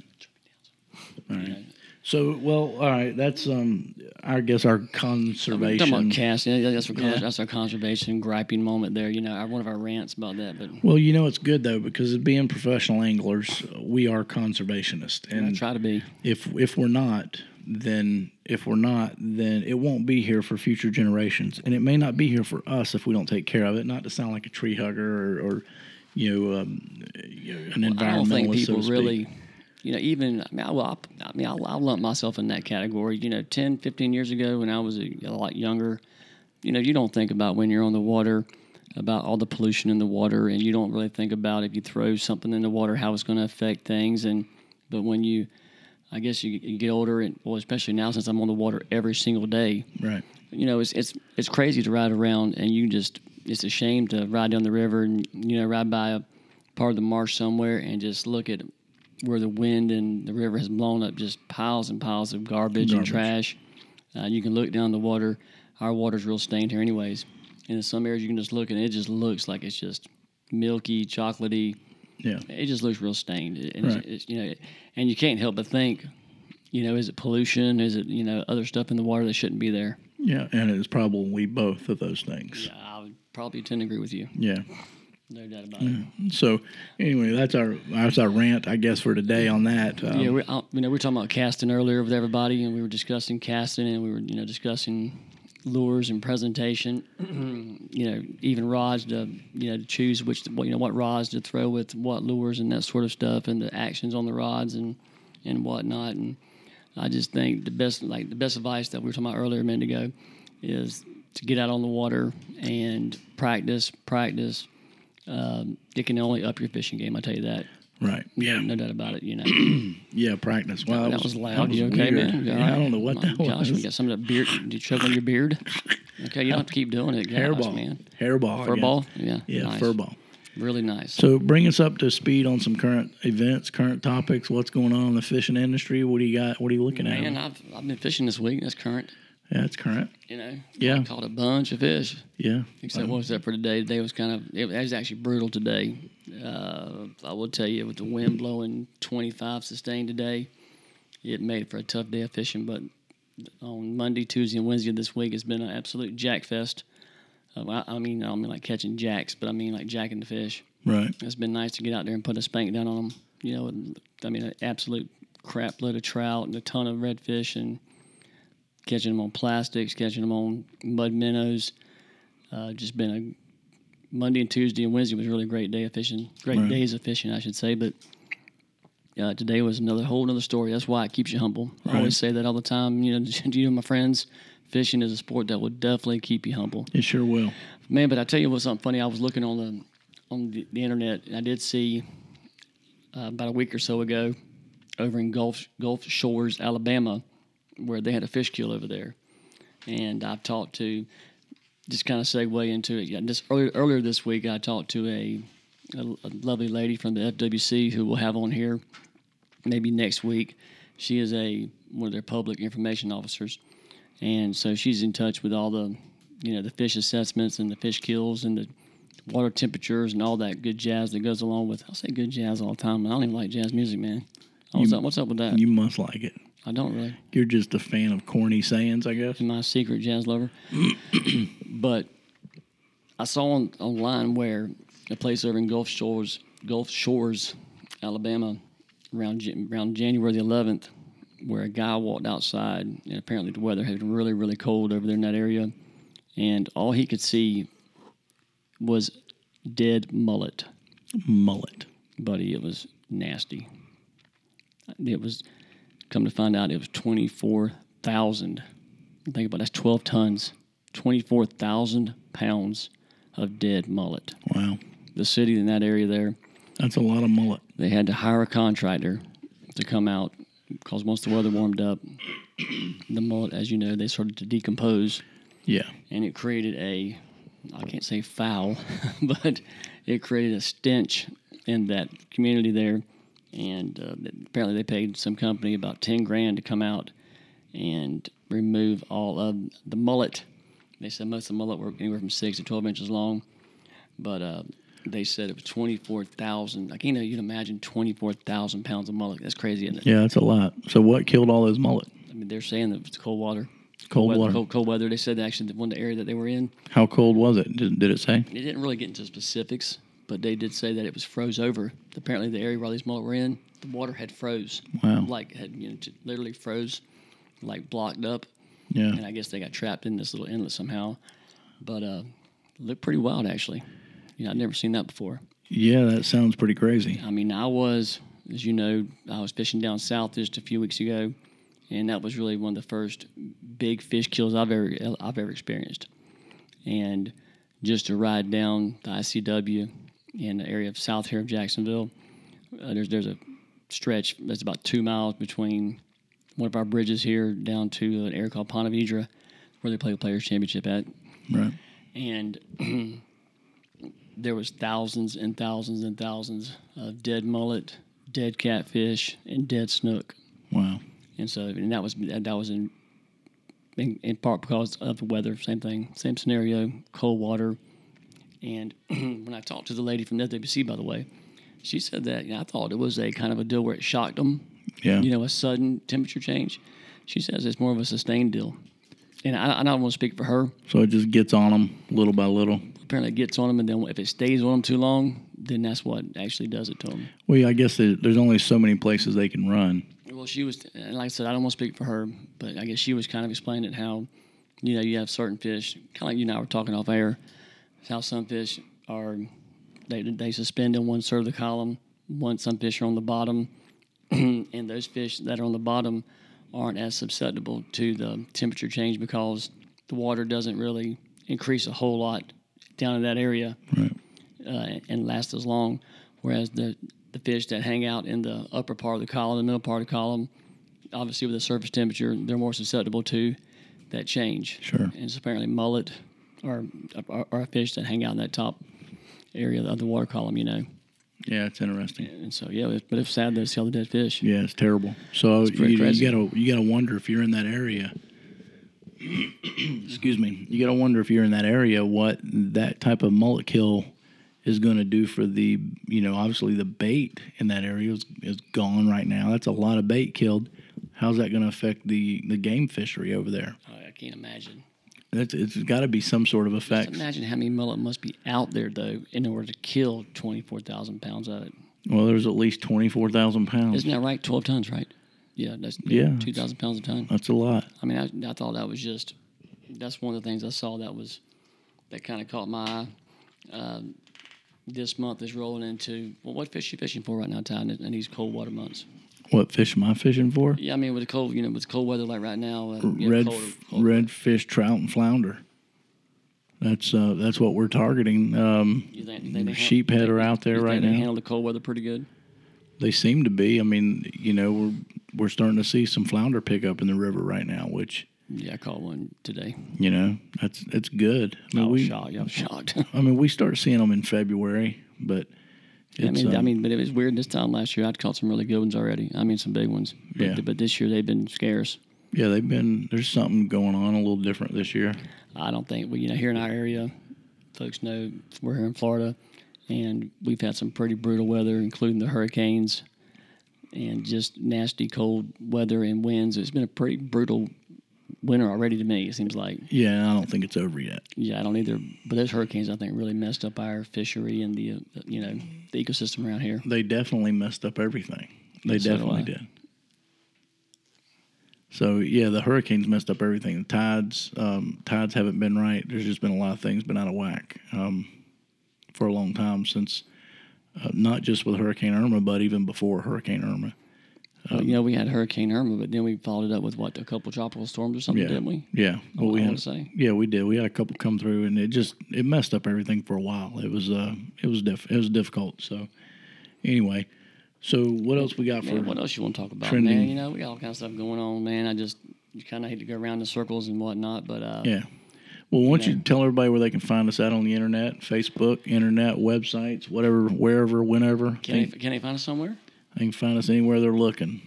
[SPEAKER 1] All right. So well, all right. That's um, I guess our
[SPEAKER 2] Talking
[SPEAKER 1] conservation.
[SPEAKER 2] about casting, yeah, that's, what
[SPEAKER 1] Yeah.
[SPEAKER 2] that's our conservation griping moment there. You know, our, one of our rants about that, but
[SPEAKER 1] well, you know it's good though because being professional anglers, we are conservationists,
[SPEAKER 2] I
[SPEAKER 1] and
[SPEAKER 2] try to be.
[SPEAKER 1] if if we're not, then if we're not, then it won't be here for future generations, and it may not be here for us if we don't take care of it. Not to sound like a tree hugger or, or you know, um, you know, an environmentalist.
[SPEAKER 2] I don't think
[SPEAKER 1] so
[SPEAKER 2] people
[SPEAKER 1] to speak.
[SPEAKER 2] really, you know, even, I mean, I, well, I, I mean, I'll, I'll lump myself in that category. You know, 10, 15 years ago when I was a, a lot younger, you know, you don't think about when you're on the water, about all the pollution in the water, and you don't really think about if you throw something in the water, how it's going to affect things. And, but when you, I guess you, you get older, and well, especially now since I'm on the water every single day,
[SPEAKER 1] right.
[SPEAKER 2] you know, it's it's it's crazy to ride around, and you just it's a shame to ride down the river and you know ride by a part of the marsh somewhere and just look at where the wind and the river has blown up just piles and piles of garbage, and
[SPEAKER 1] Garbage.
[SPEAKER 2] trash. Uh, you can look down the water. Our water's real stained here, anyways. And in some areas, you can just look and it just looks like it's just milky, chocolatey.
[SPEAKER 1] Yeah.
[SPEAKER 2] It just looks real stained, and
[SPEAKER 1] Right.
[SPEAKER 2] it's, it's, you know, and you can't help but think, you know, is it pollution? Is it you know other stuff in the water that shouldn't be there?
[SPEAKER 1] Yeah, and it's probably both of those things.
[SPEAKER 2] I would probably tend to agree with you.
[SPEAKER 1] Yeah.
[SPEAKER 2] No doubt about it.
[SPEAKER 1] So anyway, that's our that's our rant, I guess, for today on that. Um,
[SPEAKER 2] Yeah, we're, I, you know, we were talking about casting earlier with everybody, and we were discussing casting, and we were, you know, discussing lures and presentation. <clears throat> you know, even rods to, you know, to choose which, what, you know, what rods to throw with what lures and that sort of stuff, and the actions on the rods and and whatnot. And I just think the best, like the best advice that we were talking about earlier a minute ago, is to get out on the water and practice, practice. Um, it can only up your fishing game. I tell you that,
[SPEAKER 1] Right. Yeah.
[SPEAKER 2] no doubt about it. You know.
[SPEAKER 1] Yeah. Practice. Wow.
[SPEAKER 2] Oh, That was loud. You okay,
[SPEAKER 1] weird.
[SPEAKER 2] man? You all
[SPEAKER 1] Yeah, I
[SPEAKER 2] right?
[SPEAKER 1] don't know what
[SPEAKER 2] My
[SPEAKER 1] that
[SPEAKER 2] gosh, we
[SPEAKER 1] was.
[SPEAKER 2] got some of that beard. Did you choke on your beard? Okay, you don't have to keep doing it. Gosh,
[SPEAKER 1] Hairball.
[SPEAKER 2] man.
[SPEAKER 1] Hairball.
[SPEAKER 2] Fur
[SPEAKER 1] yeah.
[SPEAKER 2] ball? Yeah.
[SPEAKER 1] Yeah.
[SPEAKER 2] nice.
[SPEAKER 1] Fur ball.
[SPEAKER 2] Really nice.
[SPEAKER 1] So bring us up to speed on some current events, current topics. What's going on in the fishing industry? What do you got? What are you looking
[SPEAKER 2] man,
[SPEAKER 1] at?
[SPEAKER 2] I've, I've been fishing this week. That's current.
[SPEAKER 1] Yeah, it's current.
[SPEAKER 2] You know,
[SPEAKER 1] Yeah.
[SPEAKER 2] I caught a bunch of fish.
[SPEAKER 1] Yeah.
[SPEAKER 2] Except what was that for today? Today was kind of, it was actually brutal today. Uh, I will tell you, with the wind blowing 25 sustained today, it made for a tough day of fishing. But on Monday, Tuesday, and Wednesday this week, it's been an absolute jack fest. Uh, well, I, I mean, I don't mean like catching jacks, but I mean like jacking the fish.
[SPEAKER 1] Right.
[SPEAKER 2] It's been nice to get out there and put a spank down on them. You know, and, I mean, an absolute crap load of trout and a ton of redfish and catching them on plastics, catching them on mud minnows. Uh, just been a Monday and Tuesday and Wednesday was really a great day of fishing. Great
[SPEAKER 1] Right.
[SPEAKER 2] days of fishing, I should say. But uh, today was another whole another story. That's why it keeps you humble. I
[SPEAKER 1] Right.
[SPEAKER 2] always say that all the time. You know, <laughs> to you and my friends, fishing is a sport that will definitely keep you humble.
[SPEAKER 1] It sure will.
[SPEAKER 2] Man, but I tell you what's something funny. I was looking on the on the, the internet, and I did see uh, about a week or so ago over in Gulf Gulf Shores, Alabama, where they had a fish kill over there, and I've talked to just kind of segue into it. Yeah, just earlier earlier this week, I talked to a, a, a lovely lady from the FWC who we'll have on here maybe next week. She is a one of their public information officers, and so she's in touch with all the you know the fish assessments and the fish kills and the water temperatures and all that good jazz that goes along with. I say good jazz all the time. and I don't even like jazz music, man. What's up? What's up with that?
[SPEAKER 1] You must like it.
[SPEAKER 2] I don't really.
[SPEAKER 1] You're just a fan of corny sayings, I guess.
[SPEAKER 2] My secret jazz lover. <clears throat> but I saw on, online where a place over in Gulf Shores, Gulf Shores, Alabama, around Jan- around January the 11th, where a guy walked outside, and apparently the weather had been really really cold over there in that area, and all he could see was dead mullet,
[SPEAKER 1] Mullet.
[SPEAKER 2] buddy. It was nasty. It was. Come to find out, it was 24,000. Think about it, that's 12 tons, 24,000 pounds of dead mullet
[SPEAKER 1] Wow,
[SPEAKER 2] the city in that area there,
[SPEAKER 1] that's a lot of mullet.
[SPEAKER 2] they had to hire a contractor to come out because once the weather warmed up, the mullet, as you know, they started to decompose
[SPEAKER 1] Yeah,
[SPEAKER 2] and it created a, I can't say foul, <laughs> but it created a stench in that community there. And uh, th- apparently they paid some company about 10 grand to come out and remove all of the mullet. They said most of the mullet were anywhere from six to 12 inches long but uh, they said it was 24,000. I can't even imagine 24,000 pounds of mullet. That's crazy, isn't it?
[SPEAKER 1] yeah, that's a lot. So what killed all those mullet?
[SPEAKER 2] I mean, they're saying that it's cold water.
[SPEAKER 1] Cold
[SPEAKER 2] Weather-
[SPEAKER 1] water.
[SPEAKER 2] Cold, cold weather. They said that actually the one the area that they were in.
[SPEAKER 1] How cold was it? Did, did it say?
[SPEAKER 2] They didn't really get into specifics, but they did say that it was froze over. Apparently, the area where these mullet were in, the water had froze.
[SPEAKER 1] Wow.
[SPEAKER 2] Like, had you know, j- literally froze, like blocked up.
[SPEAKER 1] Yeah,
[SPEAKER 2] And I guess they got trapped in this little inlet somehow. But uh, looked pretty wild, actually. You know, I'd never seen that before.
[SPEAKER 1] yeah, that sounds pretty crazy.
[SPEAKER 2] I mean, I was, as you know, I was fishing down south just a few weeks ago, and that was really one of the first big fish kills I've ever I've ever experienced. And just to ride down the ICW in the area of south here of Jacksonville, uh, there's there's a stretch that's about two miles between one of our bridges here down to an area called Ponte Vedra, where they play the Players Championship at
[SPEAKER 1] Right.
[SPEAKER 2] and <clears throat> there was thousands and thousands and thousands of dead mullet, dead catfish, and dead snook.
[SPEAKER 1] Wow.
[SPEAKER 2] And so, and that was that that was in, in in part because of the weather. Same thing, same scenario, cold water. And <clears throat> when I talked to the lady from FWC, by the way, she said that you know, I thought it was a kind of a deal where it shocked them
[SPEAKER 1] Yeah.
[SPEAKER 2] you know, a sudden temperature change. She says it's more of a sustained deal. And I, I don't want to speak for her.
[SPEAKER 1] so it just gets on them little by little.
[SPEAKER 2] apparently it gets on them, and then if it stays on them too long, then that's what actually does it to them.
[SPEAKER 1] Well, yeah, I guess there- there's only so many places they can run.
[SPEAKER 2] Well, she was, and like I said, I don't want to speak for her, but I guess she was kind of explaining how, you know, you have certain fish, kind of like you and I were talking off air, how some fish are, they, they suspend in one side of the column, one some fish are on the bottom, and those fish that are on the bottom aren't as susceptible to the temperature change because the water doesn't really increase a whole lot down in that area.
[SPEAKER 1] Right.
[SPEAKER 2] uh, and last as long. Whereas the the fish that hang out in the upper part of the column, the middle part of the column, obviously with the surface temperature, they're more susceptible to that change.
[SPEAKER 1] Sure.
[SPEAKER 2] And it's apparently mullet or or, or fish that hang out in that top area of the water column, you know.
[SPEAKER 1] Yeah, it's interesting.
[SPEAKER 2] And so yeah, it, but it's sad to see all the dead fish.
[SPEAKER 1] Yeah, it's terrible. So
[SPEAKER 2] pretty
[SPEAKER 1] you,
[SPEAKER 2] crazy.
[SPEAKER 1] you gotta you gotta wonder if you're in that area. <clears throat> excuse me. You gotta wonder if you're in that area what that type of mullet kill is gonna do for the you know obviously the bait in that area is, is gone right now. That's a lot of bait killed. How's that gonna affect the the game fishery over there?
[SPEAKER 2] I can't imagine.
[SPEAKER 1] That's it's got to be some sort of
[SPEAKER 2] Just
[SPEAKER 1] effect.
[SPEAKER 2] imagine how many mullet must be out there though in order to kill twenty four thousand pounds of it.
[SPEAKER 1] Well, there's at least twenty four thousand pounds.
[SPEAKER 2] Isn't that right? Twelve tons, right? Yeah, that's
[SPEAKER 1] Yeah.
[SPEAKER 2] two thousand pounds a ton.
[SPEAKER 1] That's a lot.
[SPEAKER 2] I mean, I, I thought that was just that's one of the things I saw that was that kind of caught my eye. Um, this month is rolling into well, what fish you fishing for right now, Ty? In, in these cold water months,
[SPEAKER 1] What fish am I fishing for?
[SPEAKER 2] yeah, I mean, with the cold, you know, with the cold weather like right now, uh, you know,
[SPEAKER 1] red
[SPEAKER 2] colder-
[SPEAKER 1] f-
[SPEAKER 2] colder.
[SPEAKER 1] redfish, trout, and flounder. That's uh, that's what we're targeting. Um,
[SPEAKER 2] You think, you think they han-
[SPEAKER 1] sheephead are out there
[SPEAKER 2] you think
[SPEAKER 1] right
[SPEAKER 2] they
[SPEAKER 1] now.
[SPEAKER 2] Handle the cold weather pretty good.
[SPEAKER 1] They seem to be. I mean, you know, we're we're starting to see some flounder pickup in the river right now, which
[SPEAKER 2] Yeah, I caught one today.
[SPEAKER 1] you know that's that's good. I
[SPEAKER 2] I
[SPEAKER 1] mean,
[SPEAKER 2] was
[SPEAKER 1] we
[SPEAKER 2] shocked. Yeah, I was shocked. <laughs>
[SPEAKER 1] I mean we start seeing them in February, but
[SPEAKER 2] I
[SPEAKER 1] it's,
[SPEAKER 2] mean, I
[SPEAKER 1] um,
[SPEAKER 2] mean, but it was weird this time last year. I'd caught some really good ones already. I mean, some big ones. But,
[SPEAKER 1] Yeah.
[SPEAKER 2] but this year they've been scarce.
[SPEAKER 1] yeah, they've been there's something going on a little different this year.
[SPEAKER 2] I don't think we, you know, here in our area, folks know we're here in Florida, and we've had some pretty brutal weather, including the hurricanes. and just nasty cold weather and winds. It's been a pretty brutal winter already to me. It seems like.
[SPEAKER 1] Yeah, I don't think it's over yet.
[SPEAKER 2] Yeah, I don't either. But those hurricanes, I think, really messed up our fishery and the uh, you know the ecosystem around here.
[SPEAKER 1] They definitely messed up everything. They
[SPEAKER 2] So do
[SPEAKER 1] definitely
[SPEAKER 2] I.
[SPEAKER 1] did. So yeah, the hurricanes messed up everything. The tides, um, tides haven't been right. There's just been a lot of things been out of whack um, for a long time since, uh, not just with Hurricane Irma, but even before Hurricane Irma.
[SPEAKER 2] But, you know, we had Hurricane Irma, but then we followed it up with what a couple tropical storms or something,
[SPEAKER 1] Yeah.
[SPEAKER 2] didn't we?
[SPEAKER 1] Yeah. Well, we
[SPEAKER 2] I
[SPEAKER 1] had,
[SPEAKER 2] wanna say.
[SPEAKER 1] Yeah, we did. We had a couple come through, and it just it messed up everything for a while. It was uh, it was diff- it was difficult. So, anyway, so what else we got for?
[SPEAKER 2] Man, what else you want to talk about,
[SPEAKER 1] trending.
[SPEAKER 2] man? You know, we got all kinds of stuff going on, man. I just you kind of hate to go around in circles and whatnot, but uh,
[SPEAKER 1] Yeah. Well, why don't you tell everybody where they can find us out on the internet, Facebook, internet, websites, whatever, wherever, whenever.
[SPEAKER 2] can,
[SPEAKER 1] They,
[SPEAKER 2] they, can they find us somewhere?
[SPEAKER 1] they can find us anywhere they're looking.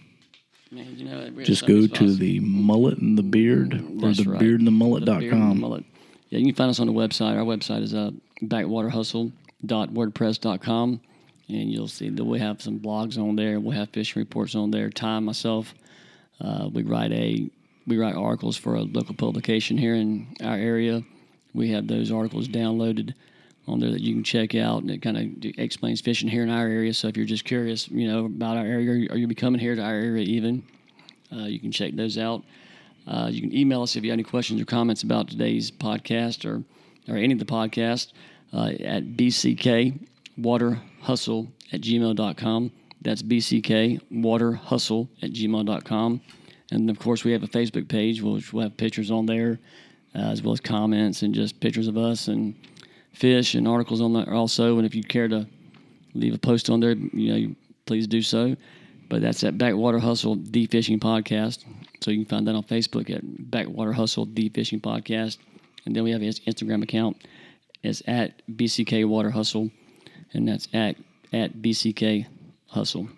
[SPEAKER 2] Man, you know, we're at
[SPEAKER 1] Just
[SPEAKER 2] so
[SPEAKER 1] go
[SPEAKER 2] many
[SPEAKER 1] to
[SPEAKER 2] spots.
[SPEAKER 1] the mullet and the beard or
[SPEAKER 2] That's
[SPEAKER 1] the
[SPEAKER 2] right.
[SPEAKER 1] beard and the
[SPEAKER 2] The Beard and the
[SPEAKER 1] mullet.com.
[SPEAKER 2] Mullet. Yeah, you can find us on the website. Our website is uh, backwaterhustle.wordpress.com, and you'll see that we have some blogs on there. We'll have fishing reports on there. Time myself, uh, we write a we write articles for a local publication here in our area. We have those articles downloaded on there that you can check out, and it kind of explains fishing here in our area. So if you're just curious, you know about our area, or you- or you'll be coming here to our area even, uh, you can check those out. Uh, you can email us if you have any questions or comments about today's podcast or, or any of the podcast uh, at bckwaterhustle at gmail.com. That's bckwaterhustle at gmail.com. And of course, we have a Facebook page, which we'll have pictures on there, uh, as well as comments and just pictures of us and fish and articles on there also. And if you care to leave a post on there, you know, you- please do so. But that's at Backwater Hustle The Fishing Podcast. So you can find that on Facebook at Backwater Hustle The Fishing Podcast. And then we have his Instagram account. It's at BCK Water Hustle. And that's at at BCK Hustle.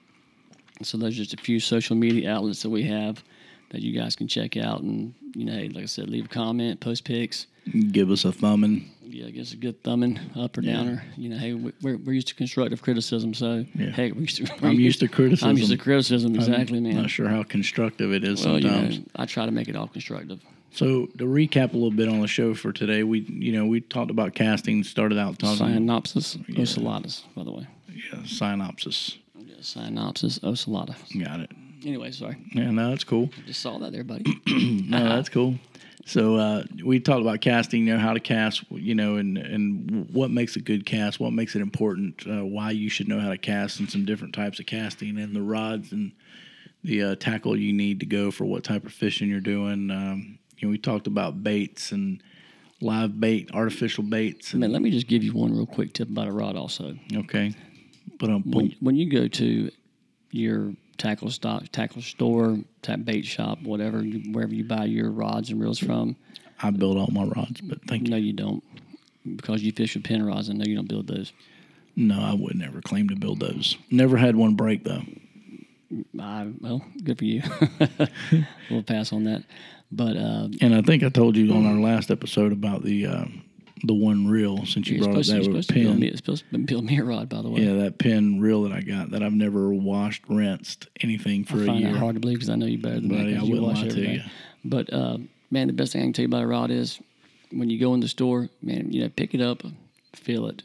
[SPEAKER 2] So those are just a few social media outlets that we have that you guys can check out and you know, hey, like I said, leave a comment, post pics.
[SPEAKER 1] Give us a thumbing.
[SPEAKER 2] Yeah, I guess a good thumbing up or downer. You know, hey, we- we're, we're used to constructive criticism, so
[SPEAKER 1] Yeah.
[SPEAKER 2] hey, we're used to,
[SPEAKER 1] I'm used to criticism.
[SPEAKER 2] I'm used to criticism, exactly, man.
[SPEAKER 1] Not sure how constructive it is
[SPEAKER 2] well, you know,
[SPEAKER 1] sometimes.
[SPEAKER 2] I try to make it all constructive.
[SPEAKER 1] So to recap a little bit on the show for today, we you know we talked about casting. Started out talking
[SPEAKER 2] Cyanopsis oscillatus, by the way.
[SPEAKER 1] yeah, synopsis.
[SPEAKER 2] Yeah, Cyanopsis oscillata.
[SPEAKER 1] Got it.
[SPEAKER 2] Anyway, sorry,
[SPEAKER 1] Yeah, no, that's cool.
[SPEAKER 2] just saw that there, buddy.
[SPEAKER 1] <laughs> No, that's cool. So uh, we talked about casting, you know, how to cast, you know, and and what makes a good cast, what makes it important, uh, why you should know how to cast, and some different types of casting, and the rods and the uh, tackle you need to go for what type of fishing you're doing. Um, you know, we talked about baits and live bait, artificial baits. And,
[SPEAKER 2] man, let me just give you one real quick tip about a rod, also.
[SPEAKER 1] okay, but um,
[SPEAKER 2] when, when you go to your tackle stock, tackle store, tap bait shop, whatever, you- wherever you buy your rods and reels from.
[SPEAKER 1] I build all my rods, but thank you.
[SPEAKER 2] No, you don't, because you fish with pin rods. I know you don't build those.
[SPEAKER 1] No, I would never claim to build those. Never had one break though.
[SPEAKER 2] I, well, good for you. <laughs> we'll pass on that. But uh,
[SPEAKER 1] And I think I told you on our
[SPEAKER 2] Mm-hmm.
[SPEAKER 1] last episode about the uh, the one reel since you
[SPEAKER 2] you're
[SPEAKER 1] brought up
[SPEAKER 2] supposed, to,
[SPEAKER 1] that
[SPEAKER 2] you're
[SPEAKER 1] with
[SPEAKER 2] supposed to build
[SPEAKER 1] pin.
[SPEAKER 2] me. It's supposed to build me a rod, by the way.
[SPEAKER 1] Yeah, that pin reel that I got that I've never washed, rinsed anything for a
[SPEAKER 2] find
[SPEAKER 1] year.
[SPEAKER 2] that hard to believe because I know you better than
[SPEAKER 1] Buddy,
[SPEAKER 2] me.
[SPEAKER 1] I
[SPEAKER 2] 'cause you
[SPEAKER 1] wouldn't
[SPEAKER 2] watch
[SPEAKER 1] lie to
[SPEAKER 2] everything.
[SPEAKER 1] you.
[SPEAKER 2] But uh, man, the best thing I can tell you about a rod is when you go in the store, man, you know, pick it up, feel it,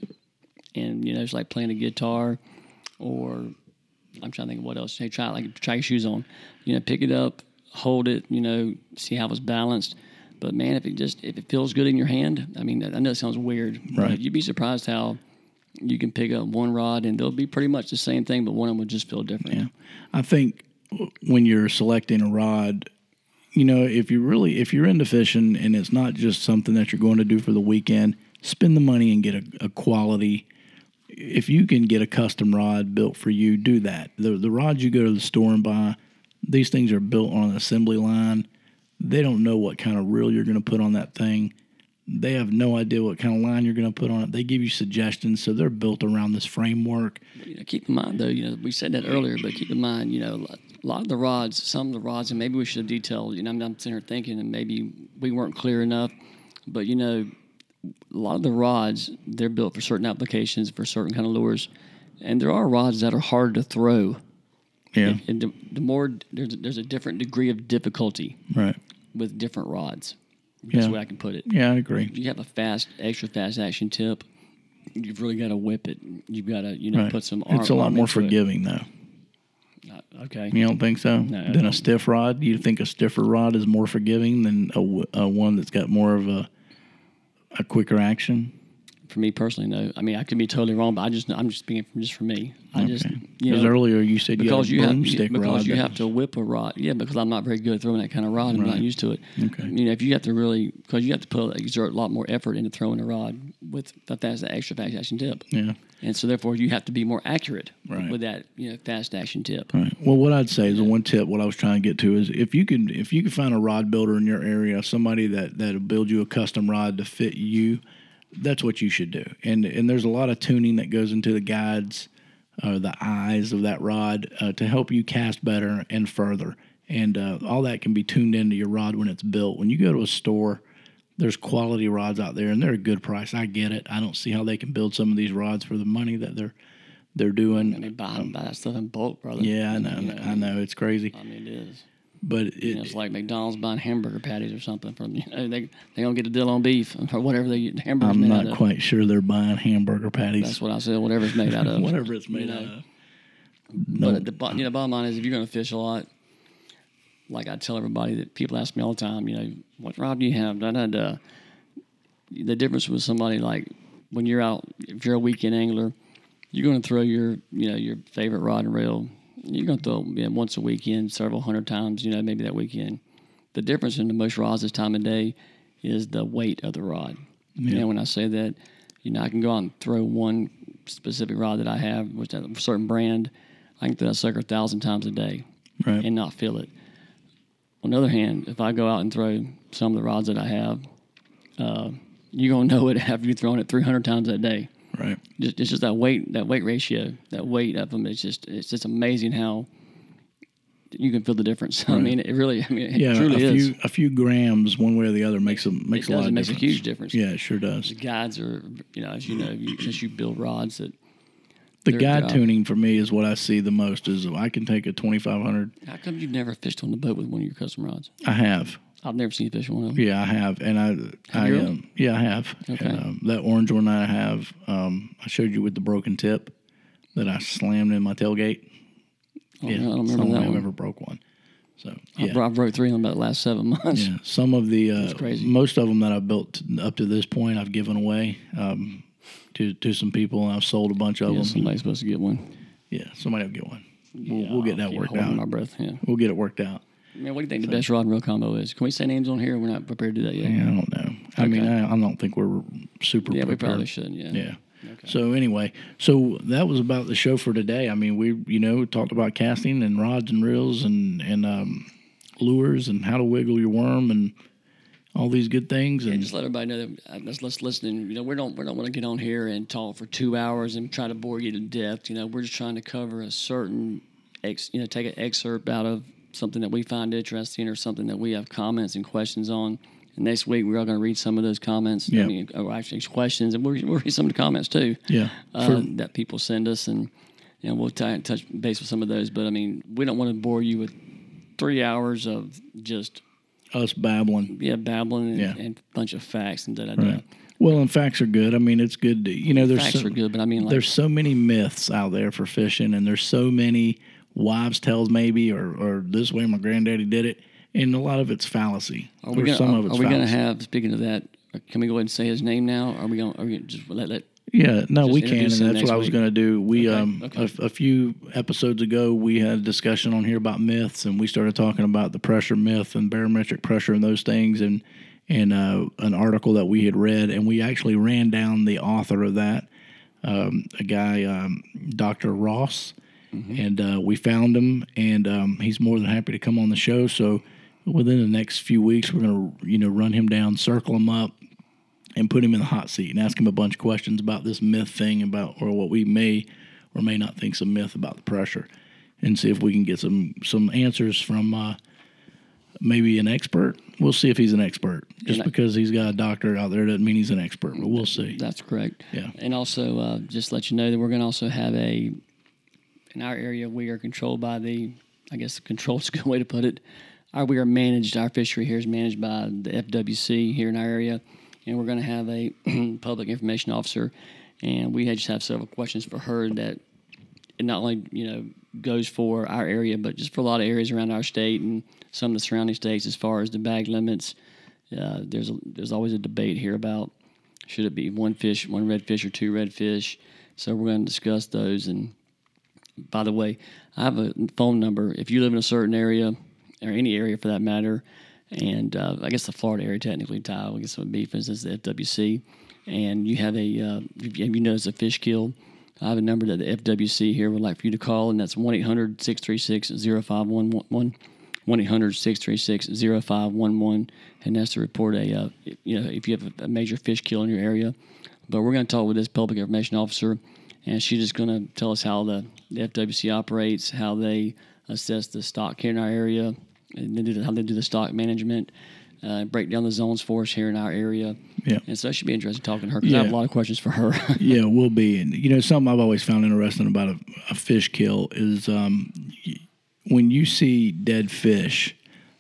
[SPEAKER 2] and you know, it's like playing a guitar, or I'm trying to think of what else. Hey, try it, like try your shoes on. You know, pick it up, hold it. You know, see how it's balanced. But man, if it just if it feels good in your hand, I mean, I know it sounds weird,
[SPEAKER 1] Right.
[SPEAKER 2] but You'd be surprised how you can pick up one rod and they'll be pretty much the same thing, but one of them will just feel different.
[SPEAKER 1] Yeah. I think w- when you're selecting a rod, you know, if you really if you're into fishing and it's not just something that you're going to do for the weekend, spend the money and get a, a quality. If you can get a custom rod built for you, do that. The the rods you go to the store and buy, these things are built on an assembly line. They don't know what kind of reel you're going to put on that thing. They have no idea what kind of line you're going to put on it. They give you suggestions, so they're built around this framework.
[SPEAKER 2] You know, keep in mind, though, you know, we said that earlier, but keep in mind, you know, a lot of the rods, some of the rods, and maybe we should have detailed, you know, I'm, I'm sitting here thinking, and maybe we weren't clear enough, but, you know, a lot of the rods, they're built for certain applications, for certain kind of lures, and there are rods that are hard to throw.
[SPEAKER 1] Yeah.
[SPEAKER 2] And the, the more there's there's a different degree of difficulty
[SPEAKER 1] Right.
[SPEAKER 2] with different rods. That's
[SPEAKER 1] Yeah.
[SPEAKER 2] the way I can put it.
[SPEAKER 1] Yeah, I agree.
[SPEAKER 2] If you have a fast, extra fast action tip, you've really got to whip it. You've got to you know
[SPEAKER 1] Right.
[SPEAKER 2] put some. Arm,
[SPEAKER 1] it's a lot
[SPEAKER 2] arm
[SPEAKER 1] more
[SPEAKER 2] into it. Uh,
[SPEAKER 1] forgiving though.
[SPEAKER 2] Okay.
[SPEAKER 1] You don't think so?
[SPEAKER 2] No, I
[SPEAKER 1] than a
[SPEAKER 2] don't.
[SPEAKER 1] stiff rod? You think a stiffer rod is more forgiving than a, w- a one that's got more of a a quicker action?
[SPEAKER 2] For me personally, no. I mean, I could be totally wrong, but I just I'm just speaking from just for me. I just you
[SPEAKER 1] Because
[SPEAKER 2] know,
[SPEAKER 1] earlier you said
[SPEAKER 2] because
[SPEAKER 1] you
[SPEAKER 2] you
[SPEAKER 1] had a
[SPEAKER 2] have
[SPEAKER 1] broomstick
[SPEAKER 2] because
[SPEAKER 1] rod.
[SPEAKER 2] you
[SPEAKER 1] that-
[SPEAKER 2] have to whip a rod. Yeah, because I'm not very good at throwing that kind of rod. I'm not used to it.
[SPEAKER 1] Okay.
[SPEAKER 2] You know, if you have to really because you have to put exert a lot more effort into throwing a rod with a fast extra fast action tip.
[SPEAKER 1] yeah.
[SPEAKER 2] And so therefore you have to be more accurate
[SPEAKER 1] Right.
[SPEAKER 2] with that, you know, fast action tip.
[SPEAKER 1] Right. Well, what I'd say is the one tip. What I was trying to get to is if you can if you can find a rod builder in your area, somebody that that'll build you a custom rod to fit you, that's what you should do. And and there's a lot of tuning that goes into the guides, uh, the eyes of that rod uh, to help you cast better and further. And uh, all that can be tuned into your rod when it's built. When you go to a store, there's quality rods out there, and they're a good price. I get it. I don't see how they can build some of these rods for the money that they're they're doing.
[SPEAKER 2] I mean, buy, buy that stuff in bulk, brother.
[SPEAKER 1] Yeah, I know. I know it's crazy,
[SPEAKER 2] I mean, it is.
[SPEAKER 1] but it,
[SPEAKER 2] Uh, You know, it's like McDonald's buying hamburger patties or something from <laughs> you know, they they don't get a deal on beef or whatever they the hamburgers
[SPEAKER 1] I'm
[SPEAKER 2] made
[SPEAKER 1] not
[SPEAKER 2] out of.
[SPEAKER 1] quite sure they're buying hamburger patties,
[SPEAKER 2] That's what I said. Whatever it's made out
[SPEAKER 1] <laughs>
[SPEAKER 2] of.
[SPEAKER 1] whatever it's made
[SPEAKER 2] You know,
[SPEAKER 1] out of.
[SPEAKER 2] But at the bo- you know, bottom line is if you're going to fish a lot, like I tell everybody that people ask me all the time, you know, what rod do you have? Da da da. The difference with somebody like when you're out, if you're a weekend angler, you're going to throw your you know your favorite rod and reel. You're going to throw you know, once a weekend, several hundred times. You know, maybe that weekend. The difference in the most rods this time of day is the weight of the rod. You know, when I say that, you know, I can go out and throw one specific rod that I have, which that certain brand, I can throw that sucker a thousand times a day
[SPEAKER 1] Right.
[SPEAKER 2] and not feel it. On the other hand, if I go out and throw some of the rods that I have, uh, you're gonna know it <laughs> after you've thrown it 300 times that day.
[SPEAKER 1] Right.
[SPEAKER 2] Just, it's just that weight, that weight ratio, that weight of them. It's just, it's just amazing how you can feel the difference. <laughs> I mean, it really, I mean, it
[SPEAKER 1] Yeah,
[SPEAKER 2] truly
[SPEAKER 1] a
[SPEAKER 2] is.
[SPEAKER 1] few a few grams one way or the other makes a makes
[SPEAKER 2] it
[SPEAKER 1] a lot
[SPEAKER 2] does.
[SPEAKER 1] of
[SPEAKER 2] It makes a
[SPEAKER 1] difference.
[SPEAKER 2] huge difference.
[SPEAKER 1] Yeah, it sure does.
[SPEAKER 2] Guides are, you know, as you know, you, since you build rods that
[SPEAKER 1] The
[SPEAKER 2] they're-
[SPEAKER 1] guide
[SPEAKER 2] they're-
[SPEAKER 1] tuning for me is what I see the most. Is I can take a 2500.
[SPEAKER 2] How come you've never fished on the boat with one of your custom rods?
[SPEAKER 1] I have.
[SPEAKER 2] I've never seen you fish one of them.
[SPEAKER 1] Yeah, I have, and I I
[SPEAKER 2] you really?
[SPEAKER 1] um, yeah I have.
[SPEAKER 2] Okay.
[SPEAKER 1] And, um, that orange one I have. Um, I showed you with the broken tip that I slammed in my tailgate.
[SPEAKER 2] I don't, know, I don't remember
[SPEAKER 1] someone
[SPEAKER 2] that
[SPEAKER 1] I've
[SPEAKER 2] one.
[SPEAKER 1] ever broke one. So
[SPEAKER 2] I
[SPEAKER 1] yeah.
[SPEAKER 2] bro- I broke three of them about the last seven <laughs> months.
[SPEAKER 1] Yeah, some of the uh,
[SPEAKER 2] crazy.
[SPEAKER 1] most of them that I built up to this point, I've given away um, to to some people, and I've sold a bunch of
[SPEAKER 2] Yeah,
[SPEAKER 1] them.
[SPEAKER 2] somebody's supposed to get one.
[SPEAKER 1] Yeah, somebody will get one. We'll, we'll get that
[SPEAKER 2] Keep
[SPEAKER 1] worked
[SPEAKER 2] holding
[SPEAKER 1] out.
[SPEAKER 2] My breath. Yeah.
[SPEAKER 1] We'll get it worked out.
[SPEAKER 2] Man, what do you think the best rod and reel combo is? Can we say names on here? We're not prepared to do that yet.
[SPEAKER 1] Yeah, I don't know. I mean,
[SPEAKER 2] Okay.
[SPEAKER 1] I, I don't think we're super.
[SPEAKER 2] Yeah, we
[SPEAKER 1] prepared.
[SPEAKER 2] probably shouldn't. Yeah.
[SPEAKER 1] Yeah. So anyway, so that was about the show for today. I mean, we you know talked about casting and rods and reels and and um, lures and how to wiggle your worm and all these good things and
[SPEAKER 2] And just let everybody know that uh, let's, let's listen. And, you know, we don't we don't want to get on here and talk for two hours and try to bore you to death. You know, we're just trying to cover a certain ex. You know, take an excerpt out of something that we find interesting or something that we have comments and questions on. And next week we're all going to read some of those comments.
[SPEAKER 1] Yeah.
[SPEAKER 2] I mean, or actually questions, and we'll, we'll read some of the comments too.
[SPEAKER 1] yeah.
[SPEAKER 2] uh, that people send us, and you know, we'll t- touch base with some of those. But I mean, we don't want to bore you with three hours of just Uh,
[SPEAKER 1] for us babbling.
[SPEAKER 2] yeah babbling and,
[SPEAKER 1] Yeah.
[SPEAKER 2] and bunch of facts and da da da.
[SPEAKER 1] Right. Well, and facts are good. I mean, it's good. To, you know, there's
[SPEAKER 2] Facts
[SPEAKER 1] so,
[SPEAKER 2] are good, but I mean, like,
[SPEAKER 1] there's so many myths out there for fishing, and there's so many wives' tales maybe, or or this way my granddaddy did it, and a lot of it's fallacy.
[SPEAKER 2] are we
[SPEAKER 1] Or
[SPEAKER 2] gonna,
[SPEAKER 1] some
[SPEAKER 2] are,
[SPEAKER 1] of it's
[SPEAKER 2] we going to
[SPEAKER 1] fallacy.
[SPEAKER 2] have? Speaking of that, uh, can we go ahead and say his name now? Are we going? Are we gonna just let let?
[SPEAKER 1] Yeah, no, we can, and
[SPEAKER 2] introduce him
[SPEAKER 1] that's what
[SPEAKER 2] next
[SPEAKER 1] I was
[SPEAKER 2] week.
[SPEAKER 1] going to do. We
[SPEAKER 2] Okay,
[SPEAKER 1] um
[SPEAKER 2] okay.
[SPEAKER 1] A, a few episodes ago, we had a discussion on here about myths, and we started talking about the pressure myth and barometric pressure and those things, and and uh, an article that we had read, and we actually ran down the author of that, um, a guy, um, Doctor Ross,
[SPEAKER 2] Mm-hmm.
[SPEAKER 1] and uh, we found him, and um, he's more than happy to come on the show. So within the next few weeks, we're going to you know run him down, circle him up and put him in the hot seat and ask him a bunch of questions about this myth thing about or what we may or may not think's a myth about the pressure and see if we can get some some answers from uh, maybe an expert we'll see if he's an expert just
[SPEAKER 2] And I-
[SPEAKER 1] because he's got a doctorate out there doesn't mean he's an expert but we'll see
[SPEAKER 2] That's correct.
[SPEAKER 1] Yeah.
[SPEAKER 2] And also, uh, just let you know that we're going to also have a in our area, we are controlled by the, I guess, control <laughs> is a good way to put it. Our, we are managed, our fishery here is managed by the FWC here in our area, and we're going to have a <clears throat> public information officer. And we had- just have several questions for her that it not only, you know, goes for our area, but just for a lot of areas around our state and some of the surrounding states as far as the bag limits. Uh, there's, a, there's always a debate here about should it be one fish, one redfish, or two redfish. So we're going to discuss those and by the way, I have a phone number. If you live in a certain area, or any area for that matter, and uh, I guess the Florida area technically, Ty, I guess it would be, for instance, the FWC, and you have a, uh, if you if you notice a fish kill, I have a number that the FWC here would like for you to call, and that's 1 800 636 0511. 1-800-636-0511 and that's to report a uh, you know if you have a, a major fish kill in your area but we're going to talk with this public information officer and she's just going to tell us how the, the fwc operates how they assess the stock here in our area and they do the, how they do the stock management uh, break down the zones for us here in our area
[SPEAKER 1] Yeah.
[SPEAKER 2] and so it should be interesting talking to her because i have
[SPEAKER 1] Yeah.
[SPEAKER 2] a lot of questions for her <laughs>
[SPEAKER 1] Yeah, will be. And you know, something I've always found interesting about a, a fish kill is um, y- when you see dead fish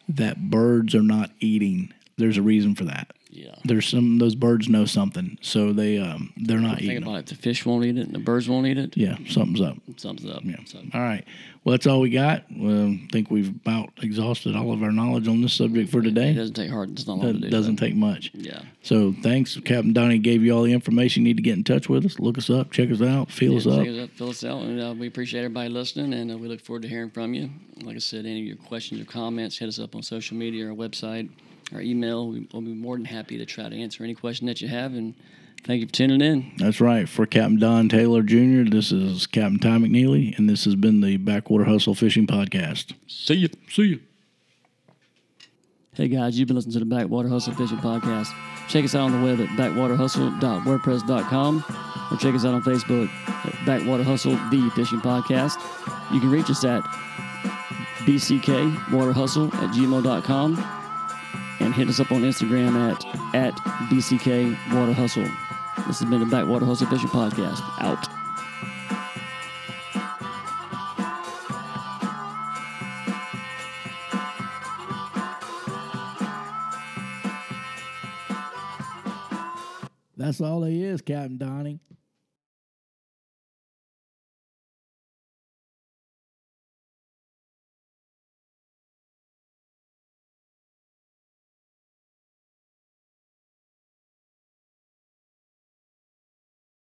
[SPEAKER 1] that birds are not eating. There's a reason for that.
[SPEAKER 2] yeah
[SPEAKER 1] There's some those birds know something, so they um, they're not
[SPEAKER 2] think
[SPEAKER 1] eating. 'em.
[SPEAKER 2] about it the fish won't eat it and the birds won't eat it
[SPEAKER 1] Yeah, something's up.
[SPEAKER 2] something's up so
[SPEAKER 1] All right. Well, that's all we got. Well, I think we've about exhausted all of our knowledge on this subject for
[SPEAKER 2] it
[SPEAKER 1] today.
[SPEAKER 2] doesn't take hard it's not hard to do
[SPEAKER 1] It doesn't take much.
[SPEAKER 2] but- yeah
[SPEAKER 1] So thanks, Captain Donnie. Gave you all the information you need to get in touch with us. Look us up. Check us out. Feel us up.
[SPEAKER 2] Check us up, fill us out, and uh, we appreciate everybody listening, and uh, we look forward to hearing from you. Like I said, any of your questions or comments, hit us up on social media, our website, our email. We- We'll be more than happy to try to answer any question that you have. And thank you for tuning in.
[SPEAKER 1] That's right. For Captain Don Taylor Jr., this is Captain Ty McNeely, and this has been the Backwater Hustle Fishing Podcast.
[SPEAKER 2] See you. See you. Hey guys, you've been listening to the Backwater Hustle Fishing Podcast. Check us out on the web at backwaterhustle.wordpress.com or check us out on Facebook at Backwater Hustle The Fishing Podcast. You can reach us at bckwaterhustle at gmail.com and hit us up on Instagram at, at bckwaterhustle. This has been the Backwater Hustle Fishing Podcast. Out.
[SPEAKER 1] That's all he is, Captain Donnie.